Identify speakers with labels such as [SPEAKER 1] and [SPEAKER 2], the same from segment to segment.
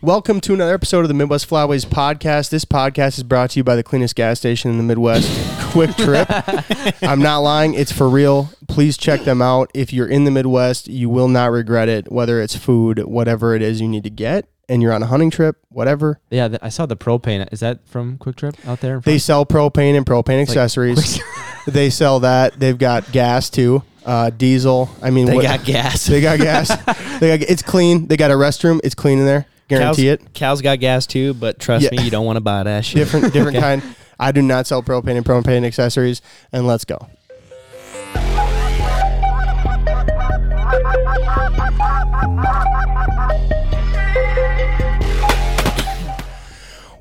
[SPEAKER 1] Welcome to another episode of the Midwest Flyways podcast. This podcast is brought to you by the cleanest gas station in the Midwest, Quick Trip. I'm not lying, it's for real. Please check them out. If you're in the Midwest, you will not regret it, whether it's food, whatever it is you need to get, and you're on a hunting trip, whatever.
[SPEAKER 2] Yeah, th- I saw the propane. Is that from Quick Trip out there? in
[SPEAKER 1] They
[SPEAKER 2] front?
[SPEAKER 1] sell propane and propane accessories. they sell that. They've got gas too, uh, diesel. I mean,
[SPEAKER 3] They
[SPEAKER 1] what-
[SPEAKER 3] got gas.
[SPEAKER 1] they got gas. they got it's clean. They got a restroom. It's clean in there. Guarantee
[SPEAKER 3] cows,
[SPEAKER 1] it.
[SPEAKER 3] Cows got gas too, but trust
[SPEAKER 1] Yeah.
[SPEAKER 3] me, you don't want to buy that shit.
[SPEAKER 1] Different different kind. I do not sell propane and propane accessories. And let's go.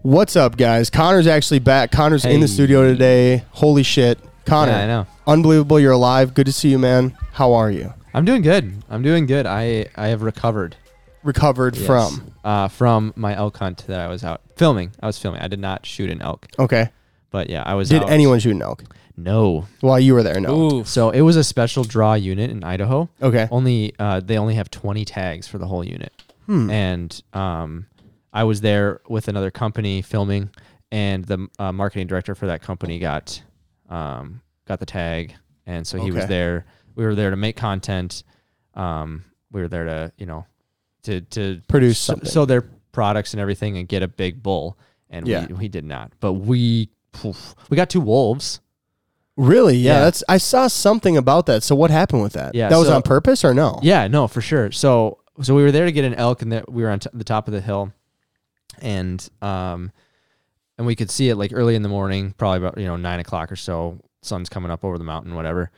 [SPEAKER 1] What's up, guys? Connor's actually back. Connor's in the
[SPEAKER 2] Hey.
[SPEAKER 1] studio today. Holy shit, Connor!
[SPEAKER 2] Yeah, I know.
[SPEAKER 1] Unbelievable. You're alive. Good to see you, man. How are you?
[SPEAKER 2] I'm doing good. I'm doing good. I I have recovered
[SPEAKER 1] Recovered
[SPEAKER 2] Yes.
[SPEAKER 1] from.
[SPEAKER 2] uh, from my elk hunt that I was out filming. I was filming. I did not shoot an elk,
[SPEAKER 1] Okay.
[SPEAKER 2] but yeah, I was.
[SPEAKER 1] Did
[SPEAKER 2] out.
[SPEAKER 1] anyone shoot an elk
[SPEAKER 2] No.
[SPEAKER 1] while you were there? No.
[SPEAKER 3] Ooh.
[SPEAKER 2] So it was a special draw unit in Idaho.
[SPEAKER 1] Okay.
[SPEAKER 2] Only uh, they only have 20 tags for the whole unit,
[SPEAKER 1] Hmm.
[SPEAKER 2] and um, I was there with another company filming, and the uh, marketing director for that company got um, got the tag, and so he was
[SPEAKER 1] Okay.
[SPEAKER 2] there. We were there to make content. Um, we were there to you know to to
[SPEAKER 1] Produce
[SPEAKER 2] so,
[SPEAKER 1] something.
[SPEAKER 2] so their products and everything and get a big bull, and
[SPEAKER 1] Yeah.
[SPEAKER 2] we, we did not, but we poof, we got two wolves.
[SPEAKER 1] Really? Yeah,
[SPEAKER 2] Yeah.
[SPEAKER 1] That's I saw something about that. So what happened with that?
[SPEAKER 2] Yeah,
[SPEAKER 1] That was
[SPEAKER 2] so-
[SPEAKER 1] on purpose or no?
[SPEAKER 2] Yeah, no, for sure. So so we were there to get an elk, and there, we were on t- the top of the hill, and um, and we could see it like early in the morning, probably about you know nine o'clock or so. Sun's coming up over the mountain, whatever.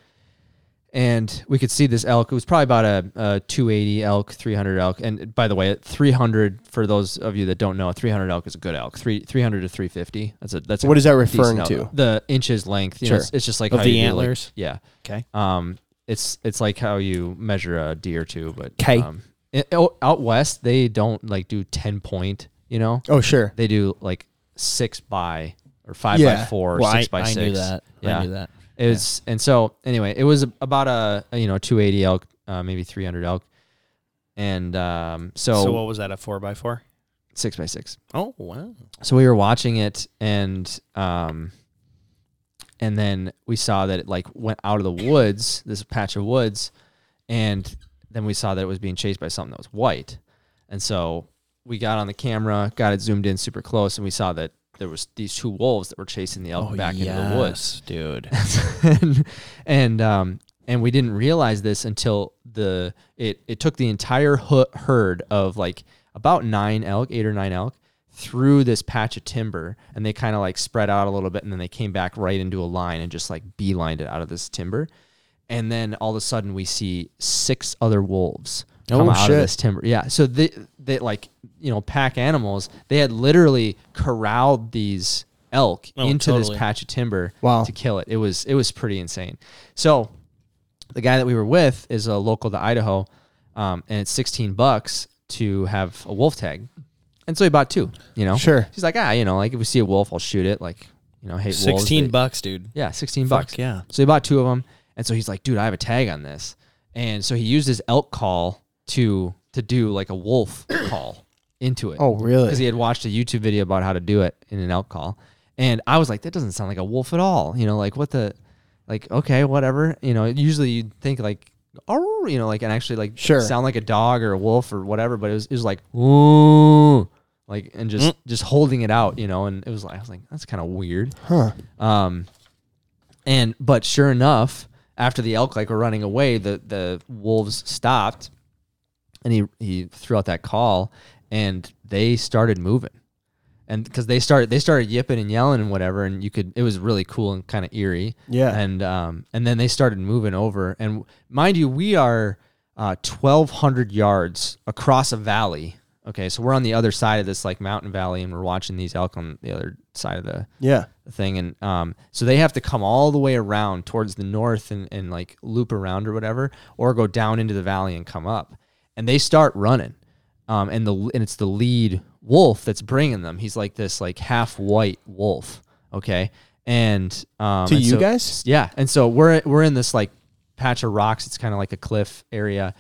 [SPEAKER 2] And we could see this elk. It was probably about a, a 280 elk, 300 elk. And by the way, 300 for those of you that don't know, 300 elk is a good elk. Three 300 to 350. That's a that's a
[SPEAKER 1] What is that
[SPEAKER 2] decent
[SPEAKER 1] referring
[SPEAKER 2] elk.
[SPEAKER 1] to?
[SPEAKER 2] The inches length. You
[SPEAKER 1] Sure.
[SPEAKER 2] know, it's, it's just like
[SPEAKER 3] Of
[SPEAKER 2] how
[SPEAKER 3] the
[SPEAKER 2] you do, like-
[SPEAKER 3] antlers?
[SPEAKER 2] yeah.
[SPEAKER 3] Okay.
[SPEAKER 2] Um, it's it's like how you measure a deer too, but
[SPEAKER 3] 'Kay.
[SPEAKER 2] um, i- out out west they don't like do ten point. You know,
[SPEAKER 1] Oh sure.
[SPEAKER 2] they do like six by or five
[SPEAKER 1] Yeah.
[SPEAKER 2] by four,
[SPEAKER 3] Well,
[SPEAKER 2] six
[SPEAKER 3] I,
[SPEAKER 2] by
[SPEAKER 3] I
[SPEAKER 2] six.
[SPEAKER 3] knew that.
[SPEAKER 2] Yeah.
[SPEAKER 3] I knew that.
[SPEAKER 2] It was, and so anyway, it was about a, a, you know 280 elk, uh, maybe 300 elk, and um, so,
[SPEAKER 3] So what was that? A four by four?
[SPEAKER 2] six by six.
[SPEAKER 3] Oh wow.
[SPEAKER 2] So we were watching it, and um, and then we saw that it like went out of the woods, this patch of woods, and then we saw that it was being chased by something that was white, and so we got on the camera, got it zoomed in super close, and we saw that there was these two wolves that were chasing the elk back into the woods,
[SPEAKER 3] Oh, yes, dude.
[SPEAKER 2] and, and um and we didn't realize this until the it it took the entire ho- herd of like about nine elk, eight or nine elk through this patch of timber and they kind of like spread out a little bit and then they came back right into a line and just like beelined it out of this timber. And then all of a sudden we see six other wolves come
[SPEAKER 1] Oh,
[SPEAKER 2] out
[SPEAKER 1] shit.
[SPEAKER 2] of this timber. Yeah. So they they like, you know, pack animals, they had literally corralled these elk
[SPEAKER 3] Oh,
[SPEAKER 2] into
[SPEAKER 3] totally.
[SPEAKER 2] this patch of timber
[SPEAKER 1] Wow.
[SPEAKER 2] to kill it. It was it was pretty insane. So the guy that we were with is a local to Idaho, um, and it's sixteen bucks to have a wolf tag, and so he bought two. You know,
[SPEAKER 1] Sure.
[SPEAKER 2] He's like, ah, you know, like if we see a wolf, I'll shoot it. Like, you know, I hate wolves.
[SPEAKER 3] Sixteen
[SPEAKER 2] They-
[SPEAKER 3] bucks, dude.
[SPEAKER 2] yeah, 16
[SPEAKER 3] Fuck
[SPEAKER 2] bucks.
[SPEAKER 3] yeah.
[SPEAKER 2] So he bought two of them. And so he's like, dude, I have a tag on this. And so he used his elk call to to do like a wolf call into it.
[SPEAKER 1] Oh, really?
[SPEAKER 2] Because he had watched a YouTube video about how to do it in an elk call. And I was like, that doesn't sound like a wolf at all. You know, like what the like, okay, whatever. You know, usually you'd think like oh you know, like and actually like
[SPEAKER 1] Sure.
[SPEAKER 2] sound like a dog or a wolf or whatever, but it was it was like ooh like and just
[SPEAKER 1] Mm.
[SPEAKER 2] just holding it out, you know, and it was like I was like, that's kinda weird.
[SPEAKER 1] Huh.
[SPEAKER 2] Um, and but sure enough, after the elk like were running away, the the wolves stopped, and he he threw out that call, and they started moving, and because they started they started yipping and yelling and whatever, and you could it was really cool and kind of eerie.
[SPEAKER 1] Yeah.
[SPEAKER 2] And um and then they started moving over, and mind you, we are uh, twelve hundred yards across a valley. Okay, so we're on the other side of this like mountain valley, and we're watching these elk on the other side of the
[SPEAKER 1] Yeah.
[SPEAKER 2] thing and um so they have to come all the way around towards the north and, and like loop around or whatever or go down into the valley and come up and they start running um and the and it's the lead wolf that's bringing them he's like this like half white wolf okay and um
[SPEAKER 1] To
[SPEAKER 2] and
[SPEAKER 1] you
[SPEAKER 2] so-
[SPEAKER 1] guys?
[SPEAKER 2] yeah and so we're we're in this like patch of rocks it's kind of like a cliff area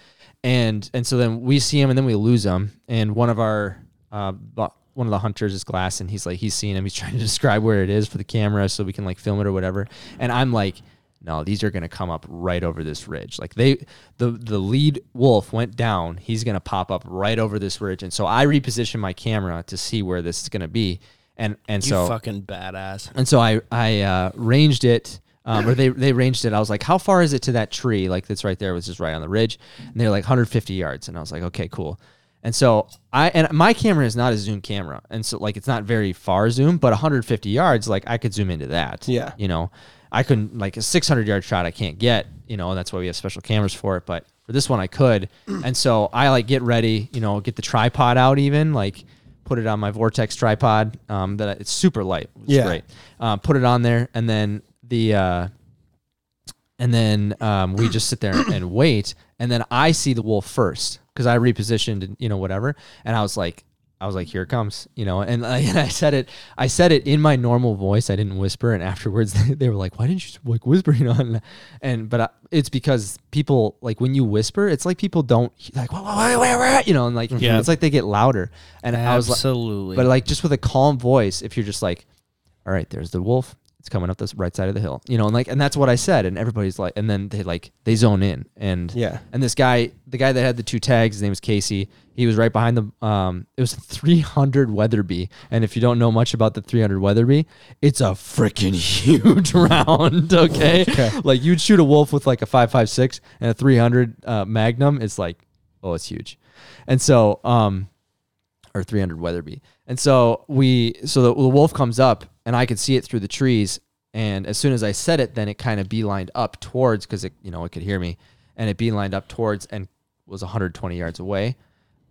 [SPEAKER 2] and and so then we see him and then we lose him and one of our uh, bu- one of the hunters is glass and he's like he's seeing him he's trying to describe where it is for the camera so we can like film it or whatever and i'm like no these are going to come up right over this ridge like they the the lead wolf went down he's going to pop up right over this ridge and so i reposition my camera to see where this is going to be and and
[SPEAKER 3] You
[SPEAKER 2] so
[SPEAKER 3] fucking badass.
[SPEAKER 2] and so I I uh, ranged it, um, or they they ranged it. I was like, how far is it to that tree? Like that's right there it was just right on the ridge, and they're like 150 yards, and I was like, okay, cool. And so I and my camera is not a zoom camera, and so like it's not very far zoom, but 150 yards, like I could zoom into that.
[SPEAKER 1] Yeah.
[SPEAKER 2] you know, I couldn't like a 600 yard shot I can't get, you know, and that's why we have special cameras for it. But for this one I could, and so I like get ready, you know, get the tripod out even like. Put it on my Vortex tripod. Um, that I- it's super light. It's
[SPEAKER 1] Yeah.
[SPEAKER 2] great uh, put it on there, and then the uh, and then um, we just sit there and wait. And then I see the wolf first because I repositioned, and, you know, whatever. And I was like, I was like, here it comes, you know. And I, and I said it, I said it in my normal voice. I didn't whisper. And afterwards, they, were like, why didn't you like whisper? You know, and, and but I, it's because people like when you whisper, it's like people don't like, whoa, whoa, whoa, whoa, whoa," you know, and like
[SPEAKER 3] Yeah.
[SPEAKER 2] it's like they get louder. And I was like,
[SPEAKER 3] Absolutely.
[SPEAKER 2] but like just with a calm voice, if you're just like, all right, there's the wolf. It's coming up this right side of the hill, you know, and like, and that's what I said. And everybody's like, and then they like, they zone in and
[SPEAKER 1] Yeah.
[SPEAKER 2] And this guy, the guy that had the two tags, his name was Casey. He was right behind the, um, it was a 300 Weatherby. And if you don't know much about the 300 Weatherby, it's a freaking huge round. Okay? Like you'd shoot a wolf with like a 556 and a 300 uh, Magnum. It's like, oh, it's huge. And so, um, or 300 Weatherby. And so we, so the, the wolf comes up, and I could see it through the trees. And as soon as I said it, then it kind of beelined up towards because it, you know, it could hear me, and it beelined up towards and was 120 yards away.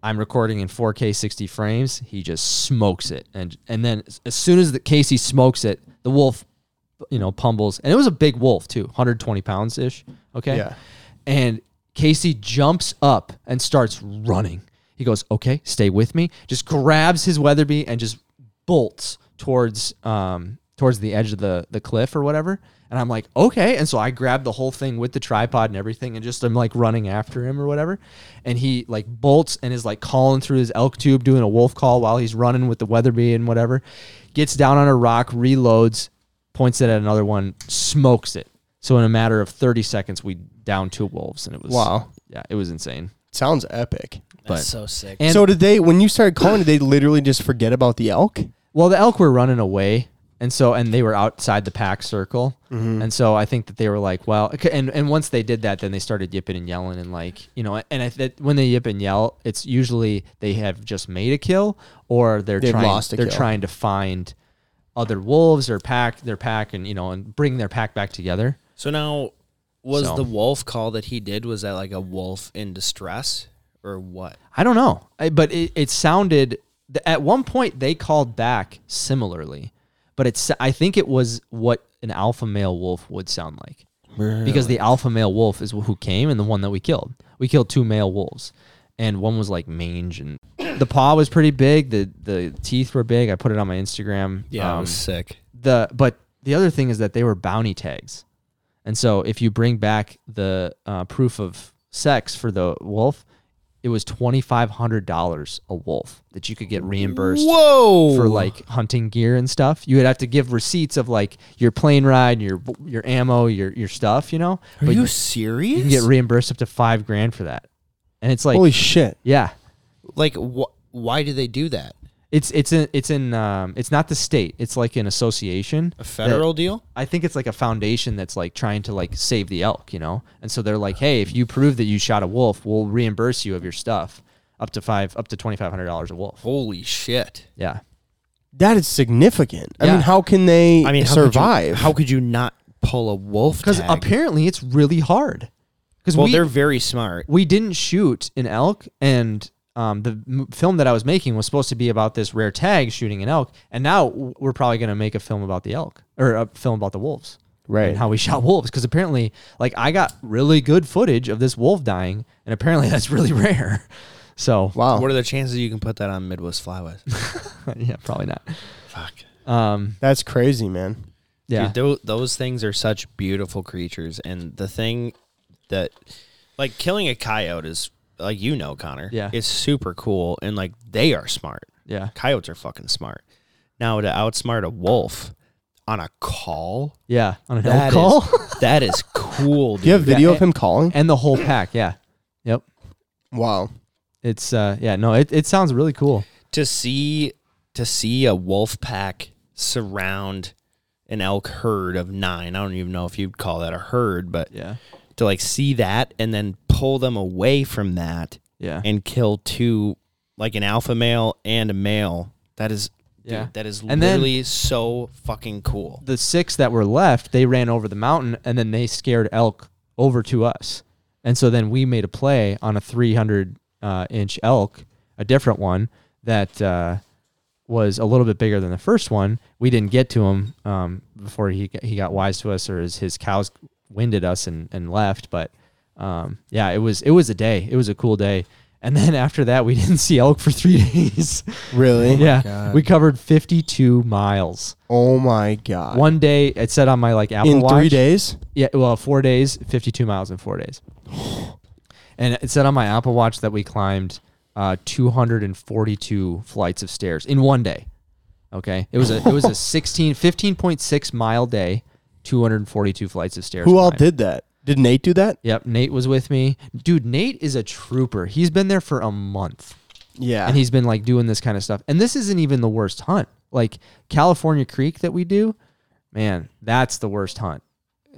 [SPEAKER 2] I'm recording in 4K 60 frames. He just smokes it, and and then as- as soon as the Casey smokes it, the wolf, you know, pummels, and it was a big wolf too, 120 pounds ish. Okay,
[SPEAKER 1] Yeah.
[SPEAKER 2] and Casey jumps up and starts running. He goes, "Okay, stay with me." Just grabs his Weatherby and just bolts towards um towards the edge of the the cliff or whatever. And I'm like, "Okay." And so I grab the whole thing with the tripod and everything and just I'm like running after him or whatever. And he like bolts and is like calling through his elk tube doing a wolf call while he's running with the Weatherby and whatever. Gets down on a rock, reloads, points it at another one, smokes it. So in a matter of 30 seconds, we down two wolves, and it was
[SPEAKER 1] Wow.
[SPEAKER 2] yeah, it was insane.
[SPEAKER 1] Sounds epic.
[SPEAKER 2] but-
[SPEAKER 3] That's so sick.
[SPEAKER 2] And
[SPEAKER 1] so did they when you started calling, did they literally just forget about the elk?
[SPEAKER 2] well, the elk were running away, and so and they were outside the pack circle,
[SPEAKER 1] Mm-hmm.
[SPEAKER 2] and so I think that they were like, well, okay, and and once they did that, then they started yipping and yelling and like you know, and I that when they yip and yell, it's usually they have just made a kill or they're
[SPEAKER 1] They've
[SPEAKER 2] trying
[SPEAKER 1] lost a
[SPEAKER 2] they're
[SPEAKER 1] kill.
[SPEAKER 2] trying to find other wolves or pack their pack and you know and bring their pack back together.
[SPEAKER 3] So now, was
[SPEAKER 2] So-
[SPEAKER 3] the wolf call that he did was that like a wolf in distress or what?
[SPEAKER 2] I don't know, I, but it, it sounded th- at one point they called back similarly, but it's I think it was what an alpha male wolf would sound like because the alpha male wolf is who came and the one that we killed. We killed two male wolves, and one was like mange and the paw was pretty big. the The teeth were big. I put it on my Instagram.
[SPEAKER 3] Yeah, it
[SPEAKER 2] Um,
[SPEAKER 3] was sick.
[SPEAKER 2] the but the other thing is that they were bounty tags, and so if you bring back the uh, proof of sex for the wolf, it was twenty five hundred dollars a wolf that you could get reimbursed
[SPEAKER 3] Whoa!
[SPEAKER 2] for like hunting gear and stuff. You would have to give receipts of like your plane ride, your your ammo, your your stuff, you know.
[SPEAKER 3] are
[SPEAKER 2] but
[SPEAKER 3] you
[SPEAKER 2] you
[SPEAKER 3] serious?
[SPEAKER 2] can get reimbursed up to five grand for that, and it's like
[SPEAKER 1] Holy shit.
[SPEAKER 2] yeah,
[SPEAKER 3] like wh- Why do they do that?
[SPEAKER 2] it's it's in it's in um it's not the state, it's like an association,
[SPEAKER 3] A federal deal?
[SPEAKER 2] I think it's like a foundation that's like trying to like save the elk, you know? And so they're like, hey, if you prove that you shot a wolf, we'll reimburse you of your stuff up to five up to twenty five hundred dollars a wolf.
[SPEAKER 3] Holy shit!
[SPEAKER 2] Yeah.
[SPEAKER 1] That is significant. I
[SPEAKER 2] Yeah.
[SPEAKER 1] mean, how can they
[SPEAKER 3] how could you-
[SPEAKER 1] survive?
[SPEAKER 3] how could you not pull a wolf?
[SPEAKER 2] Because
[SPEAKER 3] tag?
[SPEAKER 2] apparently it's really hard. Because
[SPEAKER 3] well,
[SPEAKER 2] we,
[SPEAKER 3] they're very smart.
[SPEAKER 2] we didn't shoot an elk and um, the m- film that I was making was supposed to be about this rare tag shooting an elk, and now w- we're probably going to make a film about the elk or a film about the wolves.
[SPEAKER 1] right.
[SPEAKER 2] and how we shot wolves because apparently like i got really good footage of this wolf dying and apparently that's really rare so
[SPEAKER 1] wow.
[SPEAKER 3] What are the chances you can put that on Midwest Flywest?
[SPEAKER 2] yeah probably not
[SPEAKER 3] Fuck.
[SPEAKER 2] um
[SPEAKER 1] That's crazy, man.
[SPEAKER 2] yeah
[SPEAKER 3] Dude, tho- those things are such beautiful creatures, and the thing that, like, killing a coyote is like you know, Connor.
[SPEAKER 2] Yeah.
[SPEAKER 3] it's super cool, and like they are smart.
[SPEAKER 2] Yeah.
[SPEAKER 3] Coyotes are fucking smart. Now to outsmart a wolf on a call,
[SPEAKER 2] Yeah. On an
[SPEAKER 3] that
[SPEAKER 2] elk
[SPEAKER 3] is-
[SPEAKER 2] call.
[SPEAKER 3] that is cool,
[SPEAKER 1] Do you have
[SPEAKER 3] dude.
[SPEAKER 1] video
[SPEAKER 2] Yeah,
[SPEAKER 1] of him calling?
[SPEAKER 2] and the whole pack. Yeah.
[SPEAKER 1] Wow.
[SPEAKER 2] It's uh yeah, no, it, it sounds really cool.
[SPEAKER 3] to see to see a wolf pack surround an elk herd of nine. I don't even know if you'd call that a herd, but
[SPEAKER 2] Yeah.
[SPEAKER 3] to like see that and then pull them away from that
[SPEAKER 2] Yeah.
[SPEAKER 3] and kill two like an alpha male and a male. That is
[SPEAKER 2] Yeah.
[SPEAKER 3] dude, that is
[SPEAKER 2] And then-
[SPEAKER 3] literally so fucking cool.
[SPEAKER 2] the six that were left, they ran over the mountain and then they scared elk over to us. And so then we made a play on a 300 uh, inch elk, a different one that uh, was a little bit bigger than the first one. We didn't get to him um, before he g- he got wise to us or his, his cows winded us and, and left. But um, yeah, it was it was a day. It was a cool day. And then after that, we didn't see elk for three days.
[SPEAKER 1] Really?
[SPEAKER 2] yeah,
[SPEAKER 4] God.
[SPEAKER 2] we covered 52 miles.
[SPEAKER 1] Oh my god.
[SPEAKER 2] One day, it said on my like Apple
[SPEAKER 1] in
[SPEAKER 2] Watch.
[SPEAKER 1] three days?
[SPEAKER 2] Yeah, well, four days, fifty-two miles in four days. and it said on my Apple Watch that we climbed uh, two hundred and forty-two flights of stairs in one day. Okay, it was a it was a 16, 15.6 mile day, two hundred and forty-two flights of stairs.
[SPEAKER 1] Who all
[SPEAKER 2] climbed.
[SPEAKER 1] did that? Did Nate do that?
[SPEAKER 2] Yep, Nate was with me. Dude, Nate is a trooper. He's been there for a month
[SPEAKER 1] Yeah.
[SPEAKER 2] and he's been like doing this kind of stuff. And this isn't even the worst hunt. Like California Creek that we do, man, that's the worst hunt.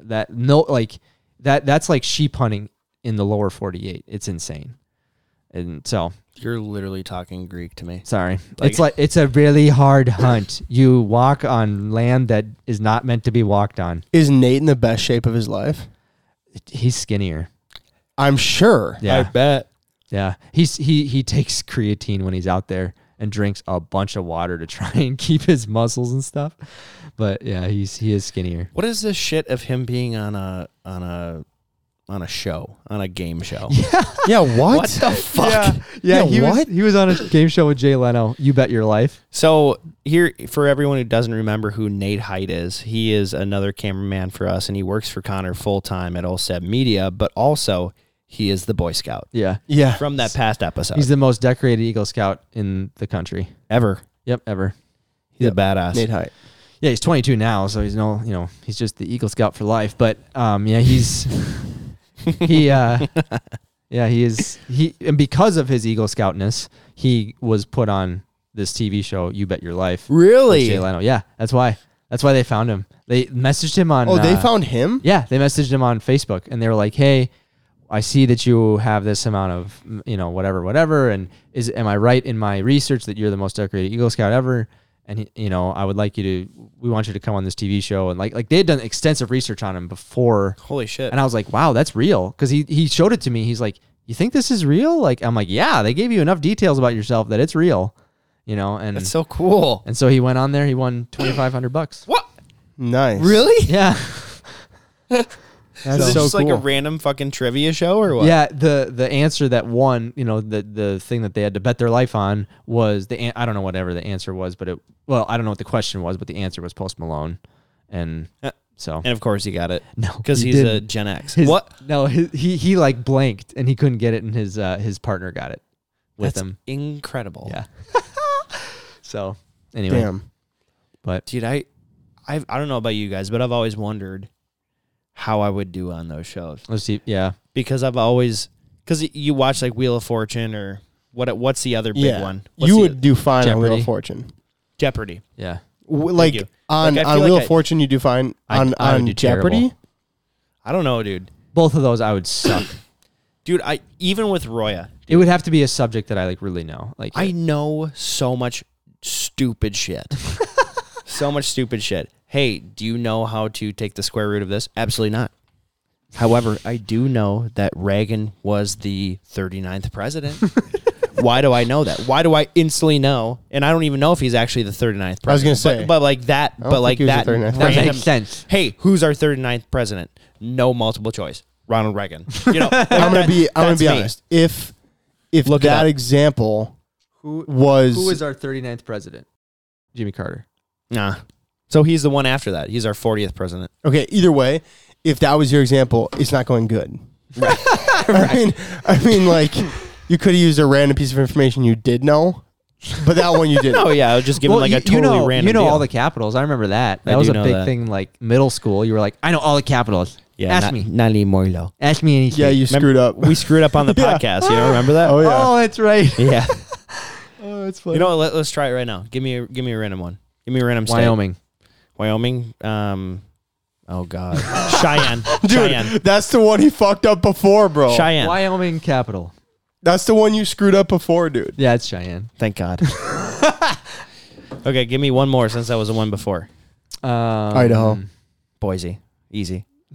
[SPEAKER 2] That no like that that's like sheep hunting in the lower 48. It's insane. And so,
[SPEAKER 3] You're literally talking Greek to me.
[SPEAKER 2] sorry.
[SPEAKER 3] Like-
[SPEAKER 2] it's like it's a really hard hunt. You walk on land that is not meant to be walked on.
[SPEAKER 1] Is Nate in the best shape of his life?
[SPEAKER 2] He's skinnier.
[SPEAKER 1] I'm sure.
[SPEAKER 2] Yeah.
[SPEAKER 3] bet.
[SPEAKER 2] Yeah, he's he he takes creatine when he's out there and drinks a bunch of water to try and keep his muscles and stuff. But yeah, he's he is skinnier.
[SPEAKER 3] What is this shit of him being on a on a on a show, on a game show?
[SPEAKER 1] Yeah, what?
[SPEAKER 3] What the fuck?
[SPEAKER 1] Yeah,
[SPEAKER 2] he
[SPEAKER 1] what?
[SPEAKER 2] was he was on a game show with Jay Leno. You bet your life.
[SPEAKER 3] So here, for everyone who doesn't remember who Nate Height is, he is another cameraman for us, and he works for Connor full time at Olseb Media, but also he is the Boy Scout
[SPEAKER 2] Yeah,
[SPEAKER 1] Yeah.
[SPEAKER 3] from that past episode
[SPEAKER 2] he's the most decorated Eagle Scout in the country.
[SPEAKER 3] ever.
[SPEAKER 2] Yep, ever.
[SPEAKER 3] He's a badass.
[SPEAKER 1] Nate Height.
[SPEAKER 2] Yeah, he's 22 now, so he's no you know he's just the Eagle Scout for life. But um, yeah, he's he uh, yeah he is he and because of his Eagle Scoutness, he was put on this TV show. You bet your life.
[SPEAKER 3] Really?
[SPEAKER 2] Jay Leno. Yeah, that's why. That's why they found him. They messaged him on.
[SPEAKER 1] Oh, they
[SPEAKER 2] uh,
[SPEAKER 1] found him?
[SPEAKER 2] Yeah, they messaged him on Facebook, and they were like, "Hey, I see that you have this amount of, mm, you know, whatever, whatever. And is am I right in my research that you're the most decorated Eagle Scout ever? And he- you know, I would like you to. We want you to come on this TV show, and like, like they had done extensive research on him before
[SPEAKER 3] Holy shit.
[SPEAKER 2] and I was like, wow, that's real. Cause he, he showed it to me. He's like, you think this is real? Like, I'm like, yeah, they gave you enough details about yourself that it's real, you know? And,
[SPEAKER 3] That's so cool.
[SPEAKER 2] and so he went on there, he won 2,500 bucks.
[SPEAKER 3] What?
[SPEAKER 1] Nice.
[SPEAKER 3] Really?
[SPEAKER 2] Yeah.
[SPEAKER 1] That's
[SPEAKER 3] is this
[SPEAKER 1] so
[SPEAKER 3] just
[SPEAKER 1] cool.
[SPEAKER 3] like a random fucking trivia show or what?
[SPEAKER 2] Yeah. The, the answer that won, you know, the, the thing that they had to bet their life on was the, an- I don't know whatever the answer was, but it, well, I don't know what the question was, but the answer was post Malone. And
[SPEAKER 3] Uh,
[SPEAKER 2] so,
[SPEAKER 3] And of course he got it
[SPEAKER 2] no,
[SPEAKER 3] because
[SPEAKER 2] he
[SPEAKER 3] he's a
[SPEAKER 2] didn't.
[SPEAKER 3] Gen X.
[SPEAKER 2] His-
[SPEAKER 3] what?
[SPEAKER 2] No, he, he, he like blanked and he couldn't get it. And his, uh, his partner got it with
[SPEAKER 3] That's
[SPEAKER 2] him.
[SPEAKER 3] Incredible.
[SPEAKER 2] Yeah. so anyway,
[SPEAKER 1] Damn.
[SPEAKER 2] but
[SPEAKER 3] Dude, I, I've, I don't know about you guys, but I've always wondered how I would do on those shows.
[SPEAKER 2] let's see. Yeah,
[SPEAKER 3] because I've always because you watch like Wheel of Fortune or what? What's the other big
[SPEAKER 1] Yeah.
[SPEAKER 3] one? What's
[SPEAKER 1] You
[SPEAKER 3] the-
[SPEAKER 1] would do fine on Wheel
[SPEAKER 2] Jeopardy.
[SPEAKER 1] of Fortune.
[SPEAKER 3] Jeopardy.
[SPEAKER 2] yeah.
[SPEAKER 1] W- like
[SPEAKER 3] you.
[SPEAKER 1] on
[SPEAKER 3] Like, I
[SPEAKER 1] on
[SPEAKER 3] feel
[SPEAKER 1] Wheel
[SPEAKER 3] like
[SPEAKER 1] of
[SPEAKER 3] I-
[SPEAKER 1] Fortune, you do fine.
[SPEAKER 2] I-
[SPEAKER 1] on
[SPEAKER 2] I would
[SPEAKER 1] on
[SPEAKER 2] do
[SPEAKER 1] Jeopardy,
[SPEAKER 2] terrible.
[SPEAKER 3] I don't know, dude.
[SPEAKER 2] Both of those I would suck.
[SPEAKER 3] Dude, I even with Roya,
[SPEAKER 2] it would have to be a subject that I like really know. Like
[SPEAKER 3] I know so much stupid shit. so much stupid shit. Hey, do you know how to take the square root of this? Absolutely not. However, I do know that Reagan was the 39th president. Why do I know that? Why do I instantly know? And I don't even know if he's actually the 39th president.
[SPEAKER 1] I was gonna
[SPEAKER 3] But-
[SPEAKER 1] say.
[SPEAKER 3] But, like that,
[SPEAKER 1] don't
[SPEAKER 3] but
[SPEAKER 1] think
[SPEAKER 3] like
[SPEAKER 1] he was the
[SPEAKER 3] that,
[SPEAKER 1] 39th
[SPEAKER 2] that
[SPEAKER 3] random-
[SPEAKER 2] makes sense.
[SPEAKER 3] hey, who's our 39th president? No multiple choice. Ronald Reagan. You know,
[SPEAKER 1] I'm gonna be I'm gonna
[SPEAKER 3] that's
[SPEAKER 1] be
[SPEAKER 3] me.
[SPEAKER 1] honest. If if
[SPEAKER 3] Look it
[SPEAKER 1] that
[SPEAKER 3] up.
[SPEAKER 1] example
[SPEAKER 2] Who
[SPEAKER 1] was,
[SPEAKER 2] who is our 39th president? Jimmy Carter.
[SPEAKER 3] nah. So he's the one after that. He's our 40th president.
[SPEAKER 1] okay, either way, if that was your example, it's not going good. I mean, I mean, like you could have used a random piece of information you did know, But that one you didn't.
[SPEAKER 3] Oh yeah, I was just giving
[SPEAKER 2] Well,
[SPEAKER 3] like
[SPEAKER 2] you,
[SPEAKER 3] a totally
[SPEAKER 2] you know,
[SPEAKER 3] random.
[SPEAKER 2] you know
[SPEAKER 3] deal.
[SPEAKER 2] all the capitals. I remember that.
[SPEAKER 3] I
[SPEAKER 2] That was
[SPEAKER 3] do
[SPEAKER 2] a
[SPEAKER 3] know
[SPEAKER 2] big
[SPEAKER 3] that.
[SPEAKER 2] thing. Like middle school, you were like, I know all the capitals.
[SPEAKER 3] yeah,
[SPEAKER 2] ask
[SPEAKER 3] not,
[SPEAKER 2] me.
[SPEAKER 3] not anymore though.
[SPEAKER 2] Ask me anything.
[SPEAKER 1] yeah, you
[SPEAKER 3] Remem-
[SPEAKER 1] screwed up.
[SPEAKER 3] We screwed up on the
[SPEAKER 1] Yeah.
[SPEAKER 3] podcast. You don't remember that?
[SPEAKER 1] Oh yeah.
[SPEAKER 2] Oh, that's right.
[SPEAKER 3] yeah.
[SPEAKER 1] Oh, that's
[SPEAKER 3] You know, what, let, let's try it right now. Give me a give me a random one. Give me a random state.
[SPEAKER 2] Wyoming.
[SPEAKER 3] Wyoming. Um, oh God, Cheyenne. Cheyenne.
[SPEAKER 1] That's the one he fucked up before,
[SPEAKER 2] Oh,
[SPEAKER 1] bro.
[SPEAKER 3] Cheyenne.
[SPEAKER 2] Wyoming capital.
[SPEAKER 1] That's the one you screwed up before, dude.
[SPEAKER 2] Yeah, it's Cheyenne.
[SPEAKER 3] Thank God. okay, give me one more since that was the one before.
[SPEAKER 2] Um,
[SPEAKER 1] Idaho.
[SPEAKER 3] Boise, easy.